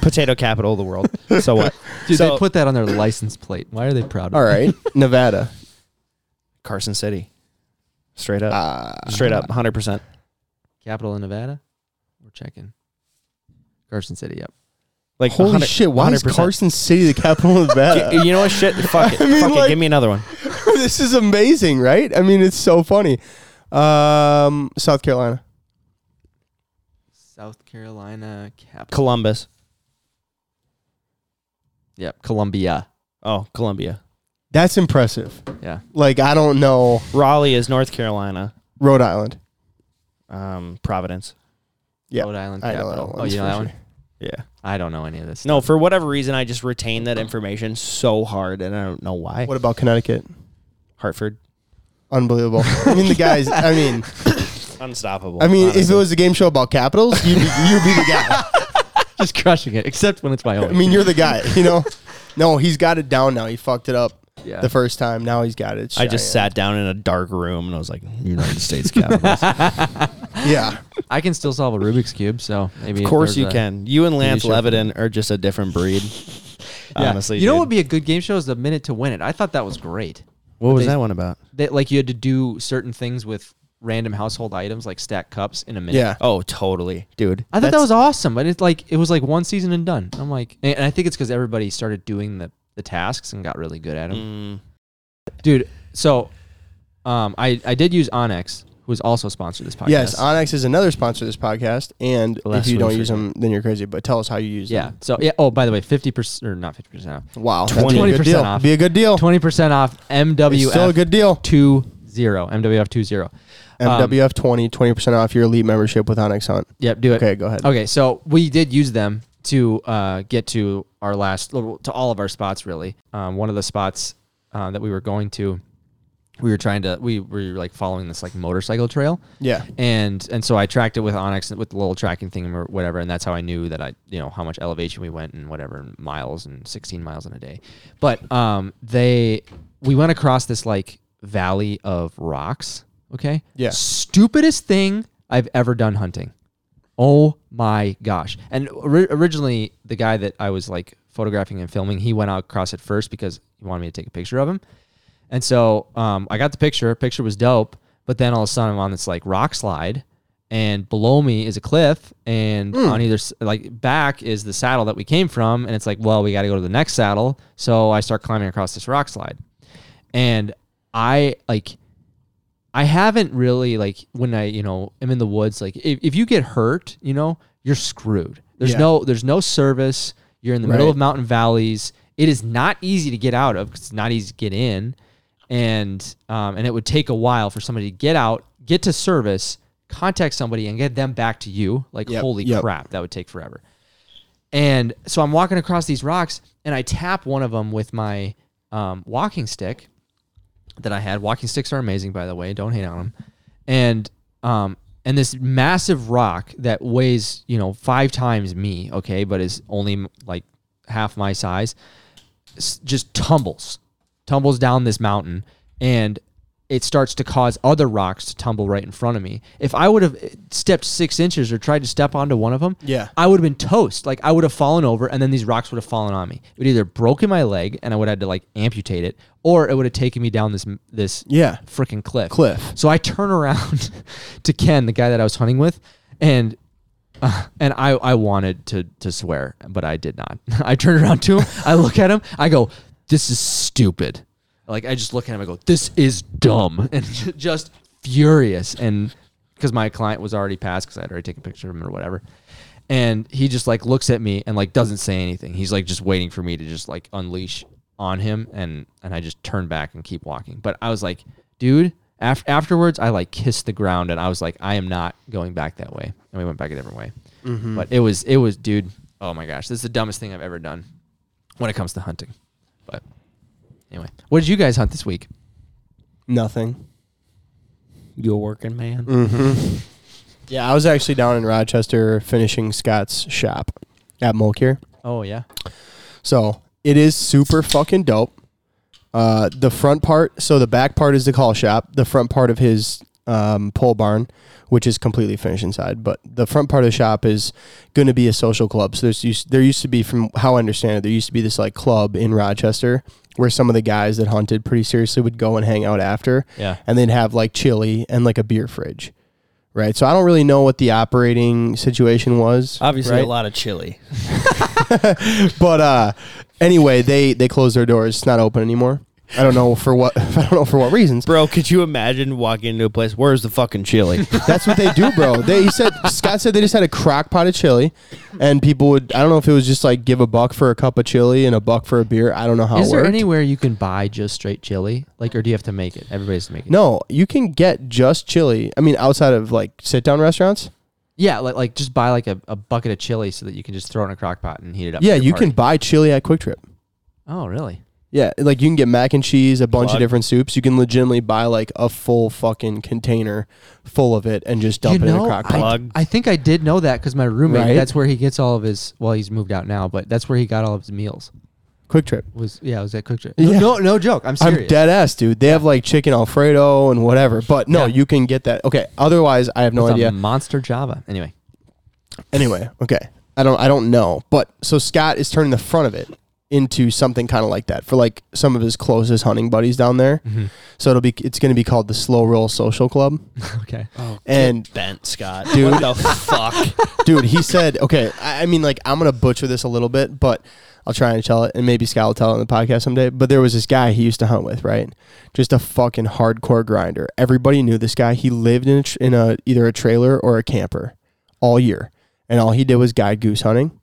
[SPEAKER 3] Potato capital of the world. So what?
[SPEAKER 2] Dude,
[SPEAKER 3] so
[SPEAKER 2] they put that on their license plate. Why are they proud of
[SPEAKER 1] All
[SPEAKER 2] it?
[SPEAKER 1] right, Nevada.
[SPEAKER 3] Carson City. Straight up.
[SPEAKER 1] Ah,
[SPEAKER 3] Straight up, 100%.
[SPEAKER 2] Capital in Nevada. We're checking. Carson City, yep.
[SPEAKER 3] Like
[SPEAKER 1] holy
[SPEAKER 3] 100
[SPEAKER 1] shit! Why is
[SPEAKER 3] 100%.
[SPEAKER 1] Carson City the capital of Nevada?
[SPEAKER 3] Uh, You know what? Shit. Fuck it.
[SPEAKER 1] I mean,
[SPEAKER 3] fuck it.
[SPEAKER 1] like-
[SPEAKER 3] Give me another one.
[SPEAKER 1] this is amazing, right? I mean, it's so funny. Um, South Carolina.
[SPEAKER 2] South Carolina capital.
[SPEAKER 3] Columbus.
[SPEAKER 2] yep, Columbia.
[SPEAKER 3] Oh, Columbia.
[SPEAKER 1] That's impressive.
[SPEAKER 2] Yeah.
[SPEAKER 1] Like I don't know
[SPEAKER 3] Raleigh is North Carolina.
[SPEAKER 1] Rhode Island.
[SPEAKER 3] Um, Providence.
[SPEAKER 1] Yeah,
[SPEAKER 2] Rhode Island
[SPEAKER 1] I know that
[SPEAKER 2] capital.
[SPEAKER 1] one,
[SPEAKER 2] oh,
[SPEAKER 1] that's
[SPEAKER 2] you know
[SPEAKER 1] for
[SPEAKER 2] that one?
[SPEAKER 1] sure.
[SPEAKER 3] Yeah.
[SPEAKER 2] I don't know any of this.
[SPEAKER 3] No, for whatever reason, I just retain that information so hard, and I don't know why.
[SPEAKER 1] What about Connecticut?
[SPEAKER 3] Hartford.
[SPEAKER 1] Unbelievable. I mean, the guys. I mean,
[SPEAKER 3] Unstoppable.
[SPEAKER 1] I mean, if it
[SPEAKER 3] honestly.
[SPEAKER 1] was a game show about capitals, you'd be, you'd be the guy.
[SPEAKER 2] Just crushing it, except when it's
[SPEAKER 1] I
[SPEAKER 2] Wyoming.
[SPEAKER 1] mean, you're the guy. You know. No, he's got it down now. He fucked it up
[SPEAKER 2] yeah.
[SPEAKER 1] the first time. Now he's got it. It's
[SPEAKER 3] I just
[SPEAKER 1] Cheyenne.
[SPEAKER 3] sat down in a dark room and I was like, United States capitals.
[SPEAKER 1] Yeah.
[SPEAKER 2] I can still solve a Rubik's cube, so maybe.
[SPEAKER 3] of course
[SPEAKER 2] there's
[SPEAKER 3] you
[SPEAKER 2] a-
[SPEAKER 3] can. You and Lance
[SPEAKER 2] show.
[SPEAKER 3] Levitin are just a different breed.
[SPEAKER 2] Yeah.
[SPEAKER 3] Honestly,
[SPEAKER 2] you know
[SPEAKER 3] dude.
[SPEAKER 2] what would be a good game show is the minute to win it. I thought that was great.
[SPEAKER 3] What was
[SPEAKER 2] they-
[SPEAKER 3] that one about?
[SPEAKER 2] That like you had to do certain things with random household items, like stack cups in a minute.
[SPEAKER 1] Yeah.
[SPEAKER 3] Oh, totally, dude.
[SPEAKER 2] I thought that
[SPEAKER 3] That's-
[SPEAKER 2] was awesome, but it's like it was like one season and done. I'm like, and and I think it's because everybody started doing the the tasks and got really good at them,
[SPEAKER 3] Mm,
[SPEAKER 2] dude. So, um, I I did use Onyx, who is also sponsored this podcast.
[SPEAKER 1] Yes, Onyx is another sponsor of this podcast, and if
[SPEAKER 3] Last
[SPEAKER 1] you
[SPEAKER 3] one
[SPEAKER 1] don't
[SPEAKER 3] for
[SPEAKER 1] use
[SPEAKER 3] you.
[SPEAKER 1] them, then you're crazy. But tell us how you use
[SPEAKER 2] yeah.
[SPEAKER 1] them.
[SPEAKER 2] So yeah. Oh, by the way, fifty percent or not fifty percent off,
[SPEAKER 1] Wow,
[SPEAKER 2] 20%
[SPEAKER 1] percent
[SPEAKER 2] off.
[SPEAKER 1] Be a good
[SPEAKER 3] Oh.
[SPEAKER 1] deal.
[SPEAKER 2] twenty percent off
[SPEAKER 1] It's still a
[SPEAKER 2] MWF
[SPEAKER 1] good deal.
[SPEAKER 2] two zero MWF two zero.
[SPEAKER 1] MWF 20, 20 percent off your elite membership with Onyx Hunt.
[SPEAKER 2] Yep, do it.
[SPEAKER 1] Okay, go ahead.
[SPEAKER 2] Okay, so we did use them to uh, get to our last, to all of our spots really. Um, one of the spots uh, that we were going to, we were trying to, we were like following this like motorcycle trail,
[SPEAKER 1] Yeah,
[SPEAKER 2] and and so I tracked it with Onyx with the little tracking thing or whatever, and that's how I knew that I, you know, how much elevation we went and whatever and miles and 16 miles in a day. But um, they, we went across this like valley of rocks. Okay.
[SPEAKER 1] Yeah.
[SPEAKER 2] Stupidest thing I've ever done hunting. Oh my gosh! And ori- originally, the guy that I was like photographing and filming, he went out across it first because he wanted me to take a picture of him. And so um, I got the picture. Picture was dope. But then all of a sudden, I'm on this like rock slide, and below me is a cliff, and on either s- like back is the saddle that we came from, and it's like, well, we got to go to the next saddle. So I start climbing across this rock slide, and I like I haven't really like when I you know am in the woods like if, if you get hurt you know you're screwed. There's
[SPEAKER 1] Yeah.
[SPEAKER 2] no there's no service. You're in the middle
[SPEAKER 1] Right.
[SPEAKER 2] of mountain valleys. It is not easy to get out of 'cause it's not easy to get in, and um, and it would take a while for somebody to get out, get to service, contact somebody, and get them back to you. Like
[SPEAKER 1] Yep,
[SPEAKER 2] holy
[SPEAKER 1] yep.
[SPEAKER 2] crap, that would take forever. And so I'm walking across these rocks, and I tap one of them with my um, walking stick that I had. Walking sticks are amazing, by the way. Don't hate on them. And um, and this massive rock that weighs you know five times me, okay, but is only like half my size, s- just tumbles, tumbles down this mountain, and it starts to cause other rocks to tumble right in front of me. If I would have stepped six inches or tried to step onto one of them,
[SPEAKER 1] Yeah.
[SPEAKER 2] I would have been toast. Like I would have fallen over, and then these rocks would have fallen on me. It would either broken my leg, and I would have had to like amputate it, or it would have taken me down this this
[SPEAKER 1] yeah.
[SPEAKER 2] freaking cliff.
[SPEAKER 1] Cliff.
[SPEAKER 2] So I turn around to Ken, the guy that I was hunting with, and uh, and I I wanted to to swear, but I did not. I turned around to him. I look at him. I go, "This is stupid." Like I just look at him. I go, "This is dumb," and just furious. And because my client was already passed, because I had already taken a picture of him or whatever. And he just like looks at me and like doesn't say anything. He's like just waiting for me to just like unleash on him and and I just turn back and keep walking. But I was like, dude. After, afterwards, I like kissed the ground and I was like, I am not going back that way. And we went back a different way. But it was, it was, dude. Oh my gosh, this is the dumbest thing I've ever done when it comes to hunting. But anyway, what did you guys hunt this week?
[SPEAKER 1] Nothing.
[SPEAKER 3] You a working man?
[SPEAKER 1] Yeah, I was actually down in Rochester finishing Scott's shop at Mulcair.
[SPEAKER 2] Oh yeah,
[SPEAKER 1] So it is super fucking dope. Uh, the front part, so the back part is the call shop. The front part of his um, pole barn, which is completely finished inside, but the front part of the shop is going to be a social club. So there's used, there used to be, from how I understand it, there used to be this like club in Rochester where some of the guys that hunted pretty seriously would go and hang out after
[SPEAKER 2] yeah.
[SPEAKER 1] and then have like chili and like a beer fridge. Right. So I don't really know what the operating situation was.
[SPEAKER 3] Obviously,
[SPEAKER 1] right?
[SPEAKER 3] a lot of chili.
[SPEAKER 1] But uh anyway, they they closed their doors. It's not open anymore. I don't know for what I don't know for what reasons.
[SPEAKER 3] Bro, could you imagine walking into a place? Where's the fucking chili?
[SPEAKER 1] That's what they do, bro. They he said Scott said they just had a crock pot of chili and people would I don't know if it was just like give a buck for a cup of chili and a buck for a beer. I don't know how
[SPEAKER 2] Is
[SPEAKER 1] it
[SPEAKER 2] there
[SPEAKER 1] worked.
[SPEAKER 2] anywhere you can buy just straight chili? Like, or do you have to make it? Everybody's making. it.
[SPEAKER 1] no, you can get just chili. I mean, outside of like sit down restaurants.
[SPEAKER 2] Yeah, like like just buy like a, a bucket of chili so that you can just throw it in a crock pot and heat it up.
[SPEAKER 1] Yeah,
[SPEAKER 2] for your
[SPEAKER 1] you
[SPEAKER 2] party.
[SPEAKER 1] can buy chili at Quick Trip.
[SPEAKER 2] Oh really?
[SPEAKER 1] Yeah, like you can get mac and cheese, a bunch
[SPEAKER 3] Plug.
[SPEAKER 1] of different soups. You can legitimately buy like a full fucking container full of it and just dump
[SPEAKER 2] you
[SPEAKER 1] it
[SPEAKER 2] know,
[SPEAKER 1] in a crock pot.
[SPEAKER 2] I,
[SPEAKER 3] Plug.
[SPEAKER 2] I think I did know that because my roommate.
[SPEAKER 1] Right?
[SPEAKER 2] That's where he gets all of his. Well, he's moved out now, but that's where he got all of his meals.
[SPEAKER 1] Quick Trip.
[SPEAKER 2] Was yeah, it was at Cook Trip.
[SPEAKER 1] Yeah.
[SPEAKER 2] No, no joke. I'm serious.
[SPEAKER 1] I'm dead ass, dude. They have like chicken alfredo and whatever, but no,
[SPEAKER 2] Yeah.
[SPEAKER 1] you can get that. Okay, otherwise I have no
[SPEAKER 2] It's a
[SPEAKER 1] idea.
[SPEAKER 2] monster Java. Anyway,
[SPEAKER 1] Anyway, okay. I don't I don't know. But so Scott is turning the front of it into something kind of like that for like some of his closest hunting buddies down there.
[SPEAKER 2] Mm-hmm.
[SPEAKER 1] So it'll be it's going to be called the Slow Roll Social Club.
[SPEAKER 2] okay.
[SPEAKER 1] Oh. And
[SPEAKER 3] Bent Scott,
[SPEAKER 1] Dude.
[SPEAKER 3] What the fuck?
[SPEAKER 1] dude, he said, okay, I, I mean, like, I'm going to butcher this a little bit, but I'll try and tell it. And maybe Scott will tell it on the podcast someday. But there was this guy he used to hunt with, right? Just a fucking hardcore grinder. Everybody knew this guy. He lived in, a, tr- in a, either a trailer or a camper all year. And all he did was guide goose hunting.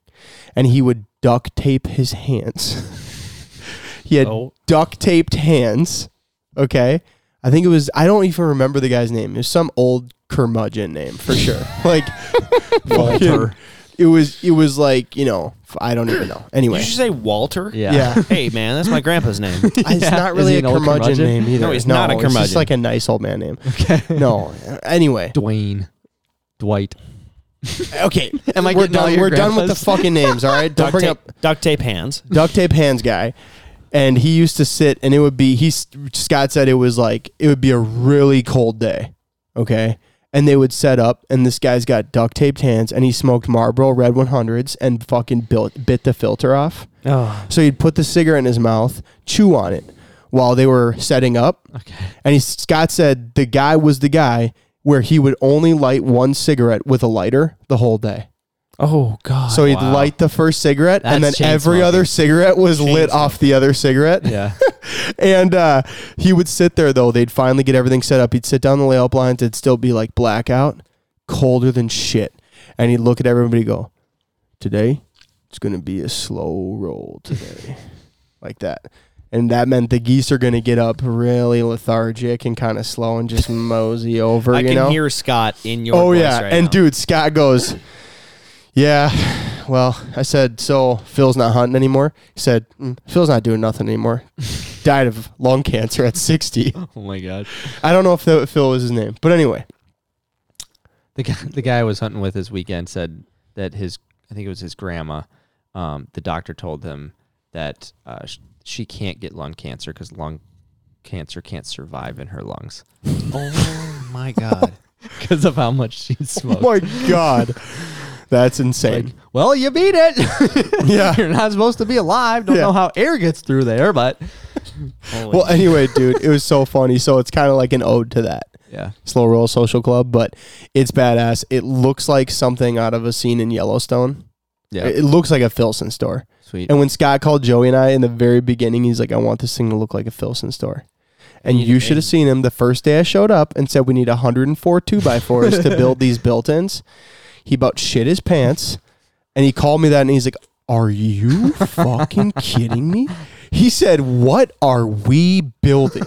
[SPEAKER 1] And he would duct tape his hands. he had
[SPEAKER 3] Oh.
[SPEAKER 1] duct taped hands. Okay. I think it was, I don't even remember the guy's name. It was some old curmudgeon name for sure. Like, Walter. It was, it was like, you know, f- I don't even know.
[SPEAKER 3] You
[SPEAKER 1] Anyway.
[SPEAKER 3] should say Walter.
[SPEAKER 2] Yeah.
[SPEAKER 1] Yeah.
[SPEAKER 3] Hey man, that's my grandpa's name.
[SPEAKER 1] It's not really
[SPEAKER 2] he
[SPEAKER 1] a
[SPEAKER 2] an old
[SPEAKER 1] curmudgeon,
[SPEAKER 2] curmudgeon?
[SPEAKER 1] name either.
[SPEAKER 3] No, he's not a
[SPEAKER 1] It's
[SPEAKER 3] curmudgeon.
[SPEAKER 1] just like a nice old man name. Okay. No. Anyway.
[SPEAKER 2] Dwayne, Dwight.
[SPEAKER 1] Okay.
[SPEAKER 2] Am I
[SPEAKER 1] we're
[SPEAKER 2] getting all
[SPEAKER 1] done,
[SPEAKER 2] your
[SPEAKER 1] we're done with the
[SPEAKER 2] grandpas?
[SPEAKER 1] fucking names, all right? Don't
[SPEAKER 3] duct
[SPEAKER 1] bring
[SPEAKER 3] tape,
[SPEAKER 1] up
[SPEAKER 3] duct tape hands.
[SPEAKER 1] duct tape hands guy and he used to sit and it would be he scott said it was like it would be a really cold day okay and they would set up and this guy's got duct taped hands and he smoked marlboro red 100s and fucking built, bit the filter off
[SPEAKER 3] Oh,
[SPEAKER 1] so he'd put the cigarette in his mouth chew on it while they were setting up
[SPEAKER 2] Okay.
[SPEAKER 1] and he, scott said the guy was the guy where he would only light one cigarette with a lighter the whole day
[SPEAKER 3] oh God.
[SPEAKER 1] so he'd
[SPEAKER 2] Wow.
[SPEAKER 1] light the first cigarette, and then
[SPEAKER 2] That's chain
[SPEAKER 1] every
[SPEAKER 2] smoking.
[SPEAKER 1] other cigarette was lit off the other cigarette.
[SPEAKER 2] Yeah.
[SPEAKER 1] And uh, he would sit there though. They'd finally get everything set up. He'd sit down the layup lines. It'd still be like blackout, colder than shit. And he'd look at everybody and go, "Today, it's gonna be a slow roll today," like that. And that meant the geese are gonna get up really lethargic and kind of slow and just mosey over.
[SPEAKER 3] I
[SPEAKER 1] you
[SPEAKER 3] can
[SPEAKER 1] know?
[SPEAKER 3] hear Scott in your.
[SPEAKER 1] oh
[SPEAKER 3] voice
[SPEAKER 1] yeah
[SPEAKER 3] right
[SPEAKER 1] and
[SPEAKER 3] now.
[SPEAKER 1] dude scott goes yeah well i said so phil's not hunting anymore he said "Mm, phil's not doing nothing anymore died of lung cancer at 60
[SPEAKER 2] oh my god.
[SPEAKER 1] i don't know if that, phil was his name but anyway
[SPEAKER 2] The guy, the guy I was hunting with this weekend said that his, I think it was his grandma, um, the doctor told him that uh, sh- she can't get lung cancer because lung cancer can't survive in her lungs
[SPEAKER 3] Oh my God.
[SPEAKER 2] because of how much she smoked.
[SPEAKER 1] my god that's
[SPEAKER 2] Like,
[SPEAKER 1] insane
[SPEAKER 2] well, you beat it.
[SPEAKER 1] yeah
[SPEAKER 2] You're not supposed to be alive. Don't
[SPEAKER 1] Yeah.
[SPEAKER 2] know how air gets through there, but
[SPEAKER 3] Holy
[SPEAKER 1] well anyway dude it was so funny so it's kind of like an ode to that
[SPEAKER 2] yeah,
[SPEAKER 1] slow roll social club but it's badass it looks like something out of a scene in yellowstone
[SPEAKER 2] yeah,
[SPEAKER 1] it it looks like a filson store
[SPEAKER 2] sweet.
[SPEAKER 1] And when Scott called Joey and I in the very beginning, he's like, I want this thing to look like a Filson store. And
[SPEAKER 3] You-
[SPEAKER 1] you should have seen him the first day I showed up and said, We need 104 two by fours to build these built ins. He about shit his pants. And he called me that and he's like, Are you fucking kidding me? He said, What are we building?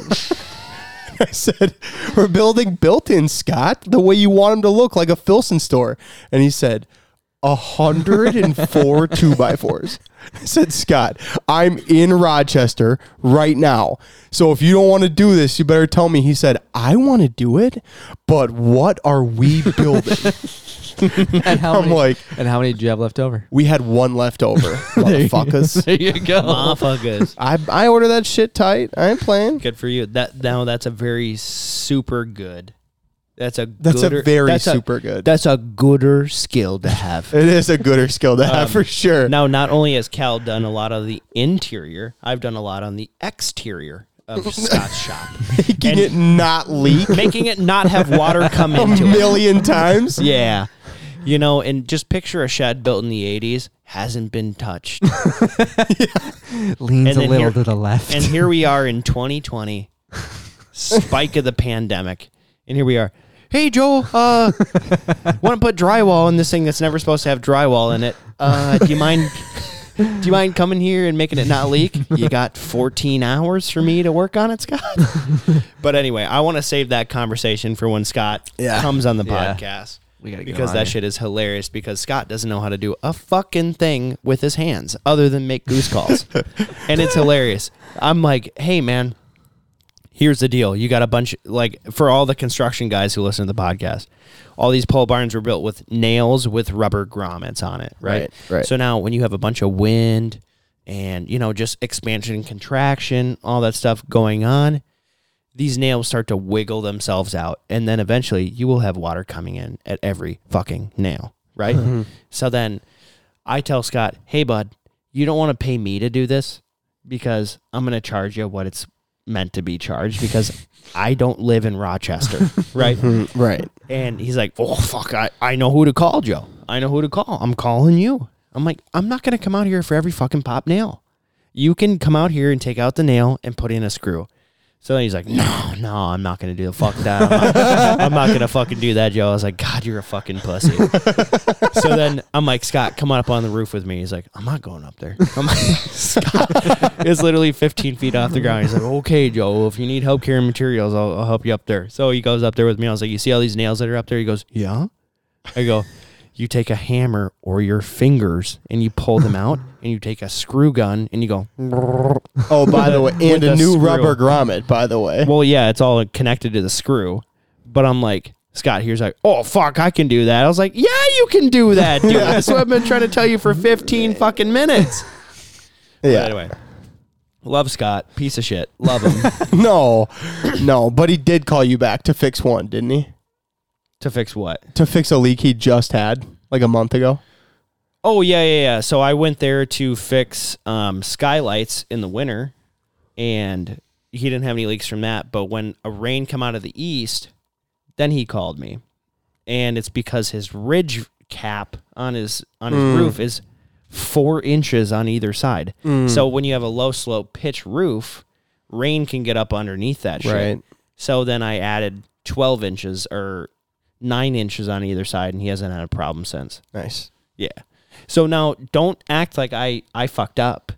[SPEAKER 1] I said, We're building built in, Scott, the way you want them to look, like a Filson store. And he said, 104 two by fours. I said, Scott, I'm in Rochester right now. So if you don't want to do this, you better tell me. He said, I want to do it, but what are we building?
[SPEAKER 2] And how
[SPEAKER 1] I'm
[SPEAKER 2] many,
[SPEAKER 1] like,
[SPEAKER 2] and how many do you have left over?
[SPEAKER 1] we had one left over, motherfuckers.
[SPEAKER 2] There you go.
[SPEAKER 3] Motherfuckers.
[SPEAKER 1] I, I order that shit tight. I ain't playing.
[SPEAKER 3] Good for you. That now that's a very super good. That's a
[SPEAKER 1] That's
[SPEAKER 3] gooder,
[SPEAKER 1] a very
[SPEAKER 3] that's
[SPEAKER 1] super good.
[SPEAKER 3] That's a gooder skill to have.
[SPEAKER 1] It is a gooder skill to have
[SPEAKER 3] Um,
[SPEAKER 1] for sure.
[SPEAKER 3] now, not only has Cal done a lot of the interior, I've done a lot on the exterior of Scott's shop,
[SPEAKER 1] Making
[SPEAKER 3] and-
[SPEAKER 1] it not leak
[SPEAKER 3] making it not have water come
[SPEAKER 1] a
[SPEAKER 3] into it.
[SPEAKER 1] million times.
[SPEAKER 3] Yeah. You know, and just picture a shed built in the 80s, hasn't been touched.
[SPEAKER 2] Leans
[SPEAKER 3] And
[SPEAKER 2] a
[SPEAKER 3] then
[SPEAKER 2] little
[SPEAKER 3] here-
[SPEAKER 2] to the left.
[SPEAKER 3] and here we are in 2020, spike of the pandemic. And here we are. Hey, Joel, uh, want to put drywall in this thing that's never supposed to have drywall in it. Uh, do you mind? Do you mind coming here and making it not leak? You got 14 hours for me to work on it, Scott. but anyway, I want to save that conversation for when Scott
[SPEAKER 1] Yeah.
[SPEAKER 3] comes on the
[SPEAKER 2] Yeah.
[SPEAKER 3] podcast.
[SPEAKER 2] We gotta get him
[SPEAKER 3] because
[SPEAKER 2] on
[SPEAKER 3] that
[SPEAKER 2] here.
[SPEAKER 3] shit is hilarious. Because Scott doesn't know how to do a fucking thing with his hands other than make goose calls, and it's hilarious. I'm like, hey man, here's the deal. You got a bunch like for all the construction guys who listen to the podcast, all these pole barns were built with nails with rubber grommets on it, right?
[SPEAKER 1] Right, right.
[SPEAKER 3] So now when you have a bunch of wind and you know just expansion and contraction, all that stuff going on, these nails start to wiggle themselves out and then eventually you will have water coming in at every fucking nail, right? So then I tell Scott, "Hey bud, you don't want to pay me to do this because I'm going to charge you what it's meant to be charged because I don't live in Rochester, right?
[SPEAKER 1] Right.
[SPEAKER 3] And he's like, "Oh fuck, I, I know who to call, Joe. I know who to call. I'm calling you." I'm like, "I'm not gonna come out here for every fucking pop nail. You can come out here and take out the nail and put in a screw." So then he's like, "No, no, I'm not gonna do fuck that. I'm not, I'm not gonna fucking do that, Joe." I was like, "God, you're a fucking pussy." so then I'm like, "Scott, come on up on the roof with me." He's like, "I'm not going up there." I'm like, "Scott is literally 15 feet off the ground." He's like, "Okay, Joe, if you need help carrying materials, I'll, I'll help you up there." So he goes up there with me. I was like, "You see all these nails that are up there?" He goes, "Yeah." I go, you take a hammer or your fingers and you pull them out, and you take a screw gun and you go,
[SPEAKER 1] Oh, by the way, and
[SPEAKER 3] With
[SPEAKER 1] a
[SPEAKER 3] a
[SPEAKER 1] new
[SPEAKER 3] screw.
[SPEAKER 1] rubber grommet, by the way.
[SPEAKER 3] well, yeah, it's all connected to the screw. But I'm like, Scott here's like, oh, fuck, I can do that. I was like, yeah, you can do that, dude. That's what I've been trying to tell you for 15 fucking minutes. But
[SPEAKER 1] yeah.
[SPEAKER 3] anyway, love Scott, piece of shit. Love him
[SPEAKER 1] No, no, but he did call you back to fix one, didn't he?
[SPEAKER 3] to fix what?
[SPEAKER 1] To fix a leak he just had like a month ago.
[SPEAKER 3] Oh yeah, yeah, yeah. So I went there to fix um, skylights in the winter, and he didn't have any leaks from that. But when a rain come out of the east, then he called me, and it's because his ridge cap on his on his roof is four inches on either side. So when you have a low slope pitch roof, rain can get up underneath that shit.
[SPEAKER 1] Right.
[SPEAKER 3] So then I added twelve inches or nine inches on either side, and he hasn't had a problem since.
[SPEAKER 1] Nice.
[SPEAKER 3] Yeah. So now don't act like I I fucked up.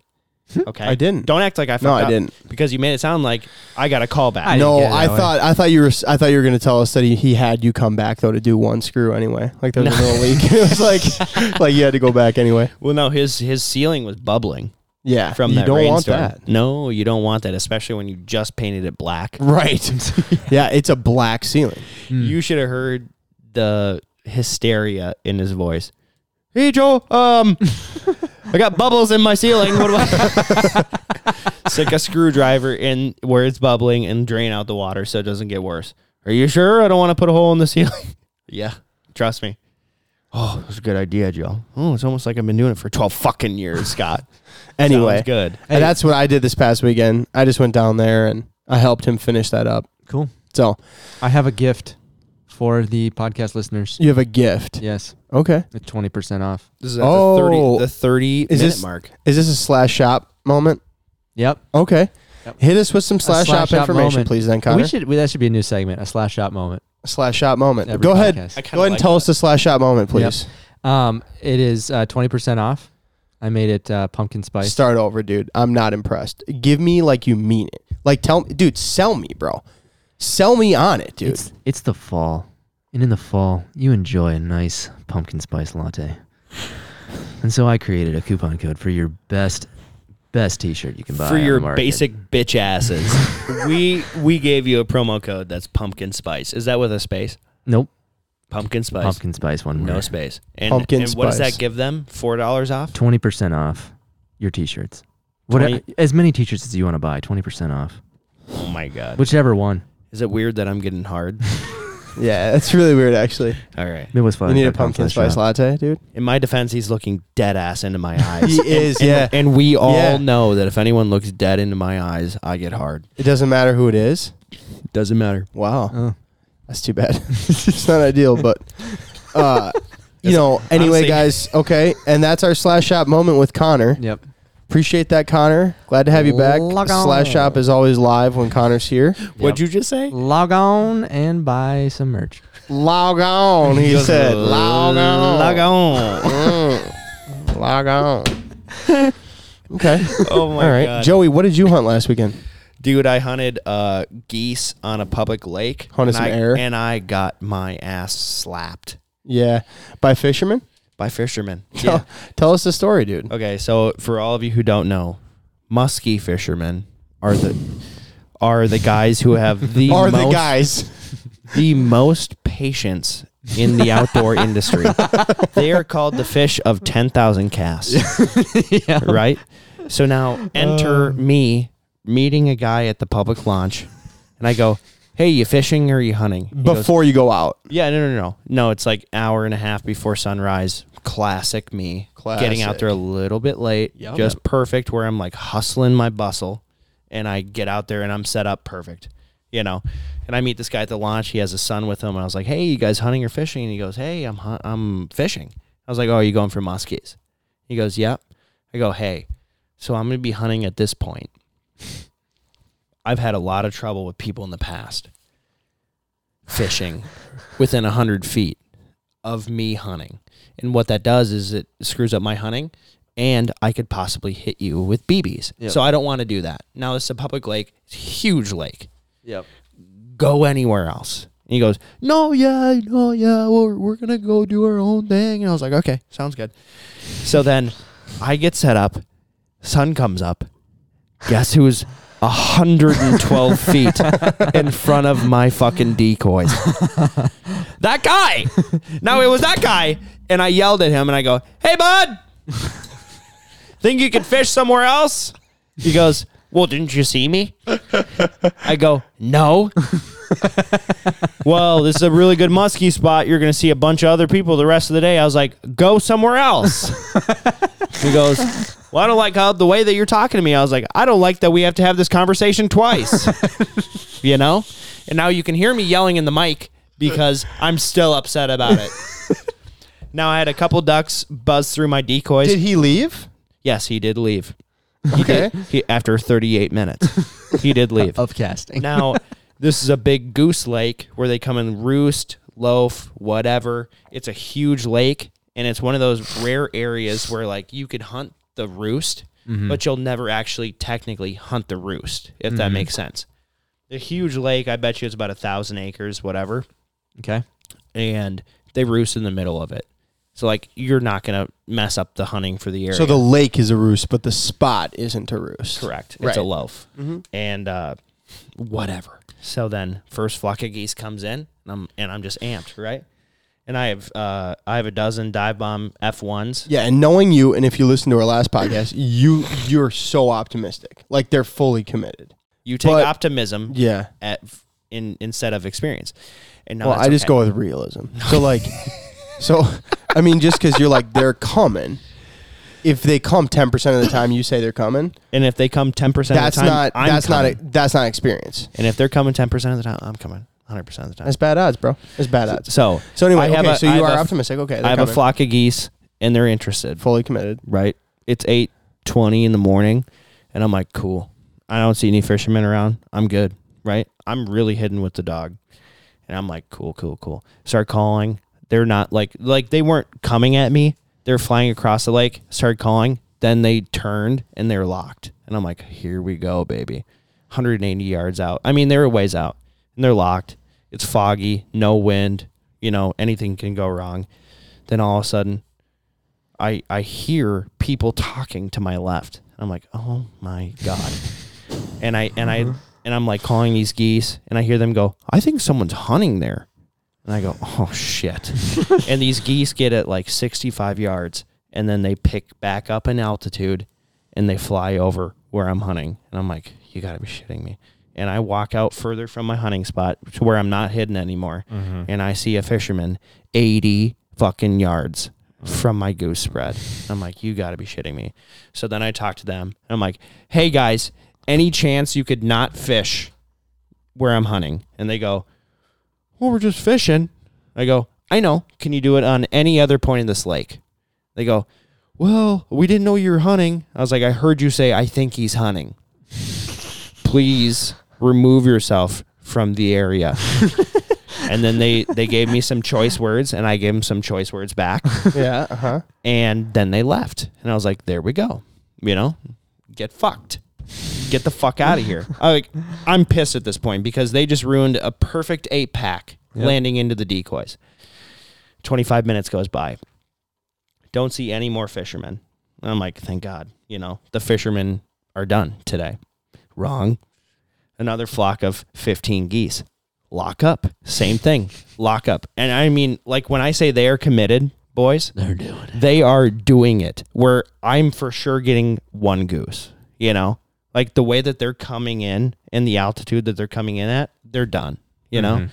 [SPEAKER 3] Okay.
[SPEAKER 1] Hmm. I didn't.
[SPEAKER 3] Don't act like I fucked
[SPEAKER 1] No, I
[SPEAKER 3] up
[SPEAKER 1] didn't.
[SPEAKER 3] Because you made it sound like I got a call back.
[SPEAKER 2] I didn't
[SPEAKER 1] no,
[SPEAKER 2] get it
[SPEAKER 1] I
[SPEAKER 2] that way.
[SPEAKER 1] thought I thought you were s- I thought you were gonna tell us that he, he had you come back though to do one screw anyway. Like there was a little leak. it was like like you had to go back anyway.
[SPEAKER 3] well, no, his his ceiling was bubbling
[SPEAKER 1] Yeah,
[SPEAKER 3] from
[SPEAKER 1] you
[SPEAKER 3] that
[SPEAKER 1] don't want
[SPEAKER 3] rainstorm.
[SPEAKER 1] that.
[SPEAKER 3] No, you don't want that, especially when you just painted it black.
[SPEAKER 1] Right. yeah, it's a black ceiling.
[SPEAKER 3] You should have heard the hysteria in his voice. Hey Joe, um I got bubbles in my ceiling. What do I stick a screwdriver in where it's bubbling and drain out the water so it doesn't get worse. Are you sure I don't want to put a hole in the ceiling? yeah. Trust me. Oh, that's a good idea, Joe. Oh, it's almost like I've been doing it for twelve fucking years, Scott.
[SPEAKER 1] Anyway,
[SPEAKER 3] Sounds good.
[SPEAKER 1] And that's what I did this past weekend. I just went down there and I helped him finish that up.
[SPEAKER 2] cool.
[SPEAKER 1] So
[SPEAKER 2] I have a gift for the podcast listeners.
[SPEAKER 1] you have a gift.
[SPEAKER 2] Yes,
[SPEAKER 1] Okay.
[SPEAKER 2] it's twenty percent off.
[SPEAKER 3] This is
[SPEAKER 1] at Oh. the 30 the
[SPEAKER 3] thirty
[SPEAKER 1] Is this-
[SPEAKER 3] mark.
[SPEAKER 1] Is this a slash shop moment?
[SPEAKER 2] Yep.
[SPEAKER 1] Okay.
[SPEAKER 2] Yep.
[SPEAKER 1] Hit us with some
[SPEAKER 2] slash
[SPEAKER 1] slash, shop,
[SPEAKER 2] shop
[SPEAKER 1] information,
[SPEAKER 2] moment.
[SPEAKER 1] please, then,
[SPEAKER 2] We
[SPEAKER 1] Connor.
[SPEAKER 2] should. that should be a new segment. A slash shop moment.
[SPEAKER 1] slash shop moment.
[SPEAKER 2] every
[SPEAKER 1] Go ahead.
[SPEAKER 2] podcast.
[SPEAKER 3] I
[SPEAKER 1] Go ahead and tell us the slash shop moment, please.
[SPEAKER 2] Um, it is twenty percent off. I made it uh, pumpkin spice.
[SPEAKER 1] Start over, dude. I'm not impressed. Give me like you mean it. Like tell me, dude. Sell me, bro. Sell me on it, dude.
[SPEAKER 4] It's, it's the fall. And in the fall, you enjoy a nice pumpkin spice latte. And so I created a coupon code for your best, best t shirt you can buy.
[SPEAKER 3] for
[SPEAKER 4] on the
[SPEAKER 3] your
[SPEAKER 4] market.
[SPEAKER 3] basic bitch asses. we we gave you a promo code that's pumpkin spice. Is that with a space?
[SPEAKER 4] Nope.
[SPEAKER 3] Pumpkin spice.
[SPEAKER 4] Pumpkin spice one.
[SPEAKER 3] No
[SPEAKER 4] word.
[SPEAKER 3] space. And,
[SPEAKER 1] Pumpkin
[SPEAKER 3] and what does
[SPEAKER 1] spice.
[SPEAKER 3] that give them? Four dollars off.
[SPEAKER 4] 20% off your t shirts. Whatever, as many t shirts as you want to buy, 20% off.
[SPEAKER 3] Oh my god.
[SPEAKER 4] Whichever one.
[SPEAKER 3] Is it weird that I'm getting hard?
[SPEAKER 1] yeah, it's really weird, actually.
[SPEAKER 3] All right.
[SPEAKER 4] Midwest Fly.
[SPEAKER 1] You need a pumpkin spice latte, dude.
[SPEAKER 3] In my defense, he's looking dead ass into my eyes.
[SPEAKER 1] He is,
[SPEAKER 3] And-
[SPEAKER 1] yeah.
[SPEAKER 3] And we all
[SPEAKER 1] Yeah.
[SPEAKER 3] know that if anyone looks dead into my eyes, I get hard.
[SPEAKER 1] It doesn't matter who it is.
[SPEAKER 3] Doesn't matter.
[SPEAKER 1] Wow,
[SPEAKER 2] Oh.
[SPEAKER 1] that's too bad. it's not ideal, but uh, you know. Anyway,
[SPEAKER 3] honestly-
[SPEAKER 1] guys. Okay, and that's our slash shop moment with Connor.
[SPEAKER 2] Yep.
[SPEAKER 1] Appreciate that, Connor. Glad to have you back.
[SPEAKER 2] Log on.
[SPEAKER 1] Slash shop is always live when Connor's here.
[SPEAKER 3] What'd you just say?
[SPEAKER 2] Log on and buy some merch.
[SPEAKER 1] Log on, he
[SPEAKER 3] goes,
[SPEAKER 1] said. Log on.
[SPEAKER 3] Log on.
[SPEAKER 1] Mm. Log on. okay.
[SPEAKER 3] Oh my
[SPEAKER 1] All right,
[SPEAKER 3] god.
[SPEAKER 1] Joey. What did you hunt last weekend?
[SPEAKER 3] Dude, I hunted uh, geese on a public lake.
[SPEAKER 1] Hunted
[SPEAKER 3] and
[SPEAKER 1] some
[SPEAKER 3] I,
[SPEAKER 1] air?
[SPEAKER 3] And I got my ass slapped
[SPEAKER 1] Yeah, by fishermen.
[SPEAKER 3] by fishermen.
[SPEAKER 1] Tell, tell us the story, dude.
[SPEAKER 3] Okay, so for all of you who don't know, musky fishermen are the are the guys who have the
[SPEAKER 1] Are
[SPEAKER 3] most,
[SPEAKER 1] the guys?
[SPEAKER 3] the most patience in the outdoor industry. They are called the fish of 10,000 casts. Right? So now
[SPEAKER 1] Uh.
[SPEAKER 3] enter me meeting a guy at the public launch and I go, "Hey, you fishing or you hunting?" He goes,
[SPEAKER 1] Before you go out,
[SPEAKER 3] yeah, no, no, no, no. No, it's like hour and a half before sunrise. Classic me. Getting out
[SPEAKER 1] Classic.
[SPEAKER 3] there a little bit late. Just perfect where I'm like hustling my bustle and I get out there and I'm set up perfect. You know. And I meet this guy at the launch. He has a son with him and I was like, "Hey, you guys hunting or fishing?" And he goes, "Hey, I'm hun- I'm fishing." I was like, "Oh, are you going for muskies?" He goes, "Yep." I go, "Hey, so I'm going to be hunting at this point. I've had a lot of trouble with people in the past fishing within 100 feet of me hunting. And what that does is it screws up my hunting, and I could possibly hit you with BBs. So I don't want to do that. Now, it's a public lake, it's a huge lake.
[SPEAKER 2] Yep.
[SPEAKER 3] Go anywhere else. And he goes, No, yeah, no, yeah, we're, we're going to go do our own thing. And I was like, Okay, sounds good. So then I get set up, sun comes up. Guess who's 112 feet in front of my fucking decoys? that guy. Now it was that guy, and I yelled at him, and I go, "Hey, bud, think you can fish somewhere else?" He goes, "Well, didn't you see me?" I go, "No." well, this is a really good muskie spot. You're going to see a bunch of other people the rest of the day. I was like, "Go somewhere else." he goes. Well, I don't like how the way that you're talking to me. I was like, I don't like that we have to have this conversation twice you know? And now you can hear me yelling in the mic because I'm still upset about it. now I had a couple ducks buzz through my decoys.
[SPEAKER 1] did he leave?
[SPEAKER 3] yes, he did leave.
[SPEAKER 1] Okay.
[SPEAKER 3] He, after 38 minutes, he did leave.
[SPEAKER 2] Of casting.
[SPEAKER 3] Now, this is a big goose lake where they come and roost, loaf, whatever. It's a huge lake, and it's one of those rare areas where like you could hunt the roost,
[SPEAKER 1] Mm-hmm.
[SPEAKER 3] but you'll never actually technically hunt the roost, if
[SPEAKER 1] Mm-hmm.
[SPEAKER 3] that makes sense. The huge lake, I bet you it's about a thousand acres, whatever,
[SPEAKER 2] Okay.
[SPEAKER 3] and they roost in the middle of it. So like you're not gonna mess up the hunting for the area.
[SPEAKER 1] So the lake is a roost, but the spot isn't a roost.
[SPEAKER 3] Correct.
[SPEAKER 1] Right. Mm-hmm.
[SPEAKER 3] It's a loaf. And uh, whatever. So then first flock of geese comes in and I'm and I'm just amped, right? And I have uh, I have a dozen dive bomb F ones.
[SPEAKER 1] Yeah, and knowing you, and if you listen to our last podcast, you you're so optimistic. Like they're fully committed.
[SPEAKER 3] You take
[SPEAKER 1] But-
[SPEAKER 3] optimism
[SPEAKER 1] Yeah.
[SPEAKER 3] at in instead of experience. And no,
[SPEAKER 1] Well,
[SPEAKER 3] that's
[SPEAKER 1] I just
[SPEAKER 3] okay.
[SPEAKER 1] go with realism. So like, so I mean, just because you're like they're coming. If they come ten percent of the time, you say they're coming.
[SPEAKER 3] and if they come ten percent of
[SPEAKER 1] That's
[SPEAKER 3] the time,
[SPEAKER 1] not
[SPEAKER 3] I'm
[SPEAKER 1] that's
[SPEAKER 3] coming.
[SPEAKER 1] not a, that's not experience.
[SPEAKER 3] and if they're coming ten percent of the time, I'm coming hundred percent of the time.
[SPEAKER 1] That's bad odds, bro. That's bad odds.
[SPEAKER 3] so
[SPEAKER 1] So anyway,
[SPEAKER 3] I have
[SPEAKER 1] okay,
[SPEAKER 3] a-
[SPEAKER 1] so
[SPEAKER 3] I
[SPEAKER 1] you
[SPEAKER 3] have
[SPEAKER 1] are
[SPEAKER 3] a-
[SPEAKER 1] optimistic. Okay,
[SPEAKER 3] I
[SPEAKER 1] they're
[SPEAKER 3] have a
[SPEAKER 1] coming.
[SPEAKER 3] flock of geese and they're interested.
[SPEAKER 1] fully committed.
[SPEAKER 3] right? It's eight twenty in the morning, and I'm like, cool. I don't see any fishermen around. I'm good, right? I'm really hidden with the dog, and I'm like, cool, cool, cool. Start calling. They're not like like they weren't coming at me. They're flying across the lake. Started calling. Then they turned and they're locked, and I'm like, here we go, baby. 180 yards out. I mean, they were ways out. and they're locked. It's foggy, no wind, you know, anything can go wrong. Then all of a sudden, I I hear people talking to my left. I'm like, "Oh my god." And I and I and I'm like calling these geese and I hear them go, "I think someone's hunting there." And I go, "Oh shit." and these geese get at like 65 yards and then they pick back up in altitude and they fly over where I'm hunting. And I'm like, you got to be shitting me. And I walk out further from my hunting spot to where I'm not hidden anymore. And I see a fisherman 80 fucking yards from my goose spread. I'm like, you got to be shitting me. So then I talk to them. And I'm like, hey guys, any chance you could not fish where I'm hunting? And they go, well, we're just fishing. I go, I know. Can you do it on any other point in this lake? They go, well, we didn't know you were hunting. I was like, I heard you say, I think he's hunting. Please remove yourself from the area. and then they, they gave me some choice words, and I gave them some choice words back.
[SPEAKER 1] yeah, uh huh.
[SPEAKER 3] And then they left. And I was like, there we go. You know, get fucked. Get the fuck out of here. I like I'm pissed at this point because they just ruined a perfect eight pack landing into the decoys. 25 minutes goes by. Don't see any more fishermen. And I'm like, thank God, you know, the fishermen are done today. Wrong. Another flock of 15 geese. Lock up. Same thing. Lock up. And I mean, like when I say they are committed, boys,
[SPEAKER 4] They're doing it.
[SPEAKER 3] they are doing it where I'm for sure getting one goose, you know? Like the way that they're coming in and the altitude that they're coming in at, they're done, you
[SPEAKER 2] Mm-hmm.
[SPEAKER 3] know?
[SPEAKER 4] Mm-hmm.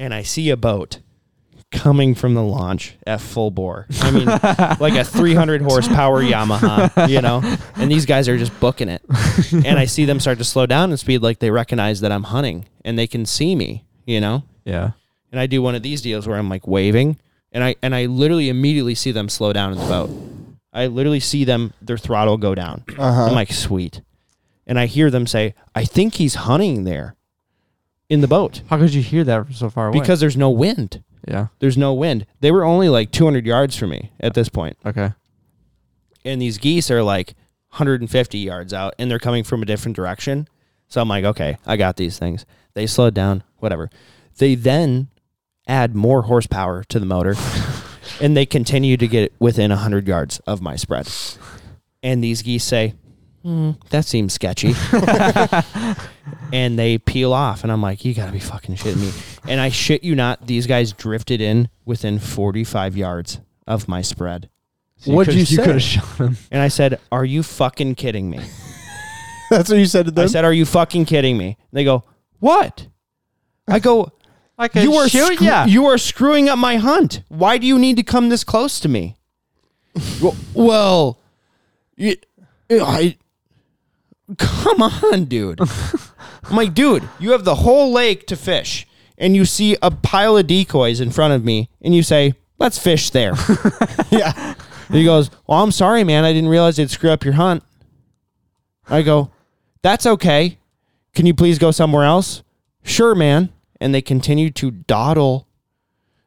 [SPEAKER 3] And I see a boat coming from the launch at full bore. I mean, like a 300 horsepower Yamaha, you know? And these guys are just booking it. And I see them start to slow down and speed like they recognize that I'm hunting and they can see me, you know?
[SPEAKER 2] Yeah.
[SPEAKER 3] and I do one of these deals where I'm like waving, and I and I literally immediately see them slow down in the boat. I literally see them their throttle go down. I'm like sweet, and I hear them say, "I think he's hunting there," in the boat
[SPEAKER 2] How could you hear that from so far away?
[SPEAKER 3] because there's no wind.
[SPEAKER 2] yeah.
[SPEAKER 3] There's no wind. They were only like 200 yards from me at this point,
[SPEAKER 2] Okay.
[SPEAKER 3] and these geese are like 150 yards out, and they're coming from a different direction. So I'm like, okay, I got these things. They slowed down, whatever. They then add more horsepower to the motor and they continue to get within 100 yards of my spread. And these geese say, hmm, that seems sketchy. and they peel off. And I'm like, you got to be fucking shitting me. And I shit you not, these guys drifted in within 45 yards of my spread.
[SPEAKER 2] So
[SPEAKER 1] What'd
[SPEAKER 2] coulda-
[SPEAKER 1] you say?
[SPEAKER 2] You could have shot him.
[SPEAKER 3] And I said, are you fucking kidding me?
[SPEAKER 1] That's what you said to them.
[SPEAKER 3] I said, are you fucking kidding me? And they go, what? I go,
[SPEAKER 2] Like
[SPEAKER 3] you are screw- you are screwing up my hunt. Why do you need to come this close to me? well, well you, I come on, dude. I'm like, dude, you have the whole lake to fish, and you see a pile of decoys in front of me, and you say, "Let's fish there."
[SPEAKER 1] yeah.
[SPEAKER 3] He goes, Well, I'm sorry, man. I didn't realize it'd screw up your hunt. I go, That's okay. Can you please go somewhere else? Sure, man. And they continue to dawdle.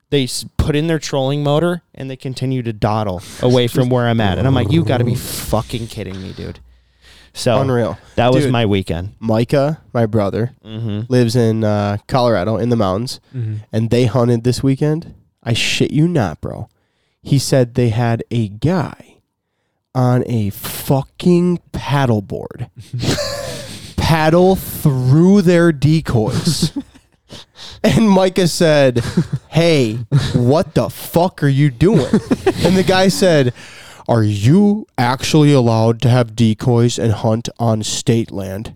[SPEAKER 3] They s- put in their trolling motor and they continue to dawdle away from where I'm at. And I'm like, You got to be fucking kidding me, dude. So
[SPEAKER 1] Unreal.
[SPEAKER 3] That was
[SPEAKER 1] Dude.
[SPEAKER 3] my weekend.
[SPEAKER 1] Micah, my brother,
[SPEAKER 3] Mm-hmm.
[SPEAKER 1] lives in uh, Colorado in the mountains, and they hunted this weekend. I shit you not, bro. He said they had a guy on a fucking paddleboard paddle through their decoys. and Micah said, Hey, what the fuck are you doing? and the guy said, Are you actually allowed to have decoys and hunt on state land?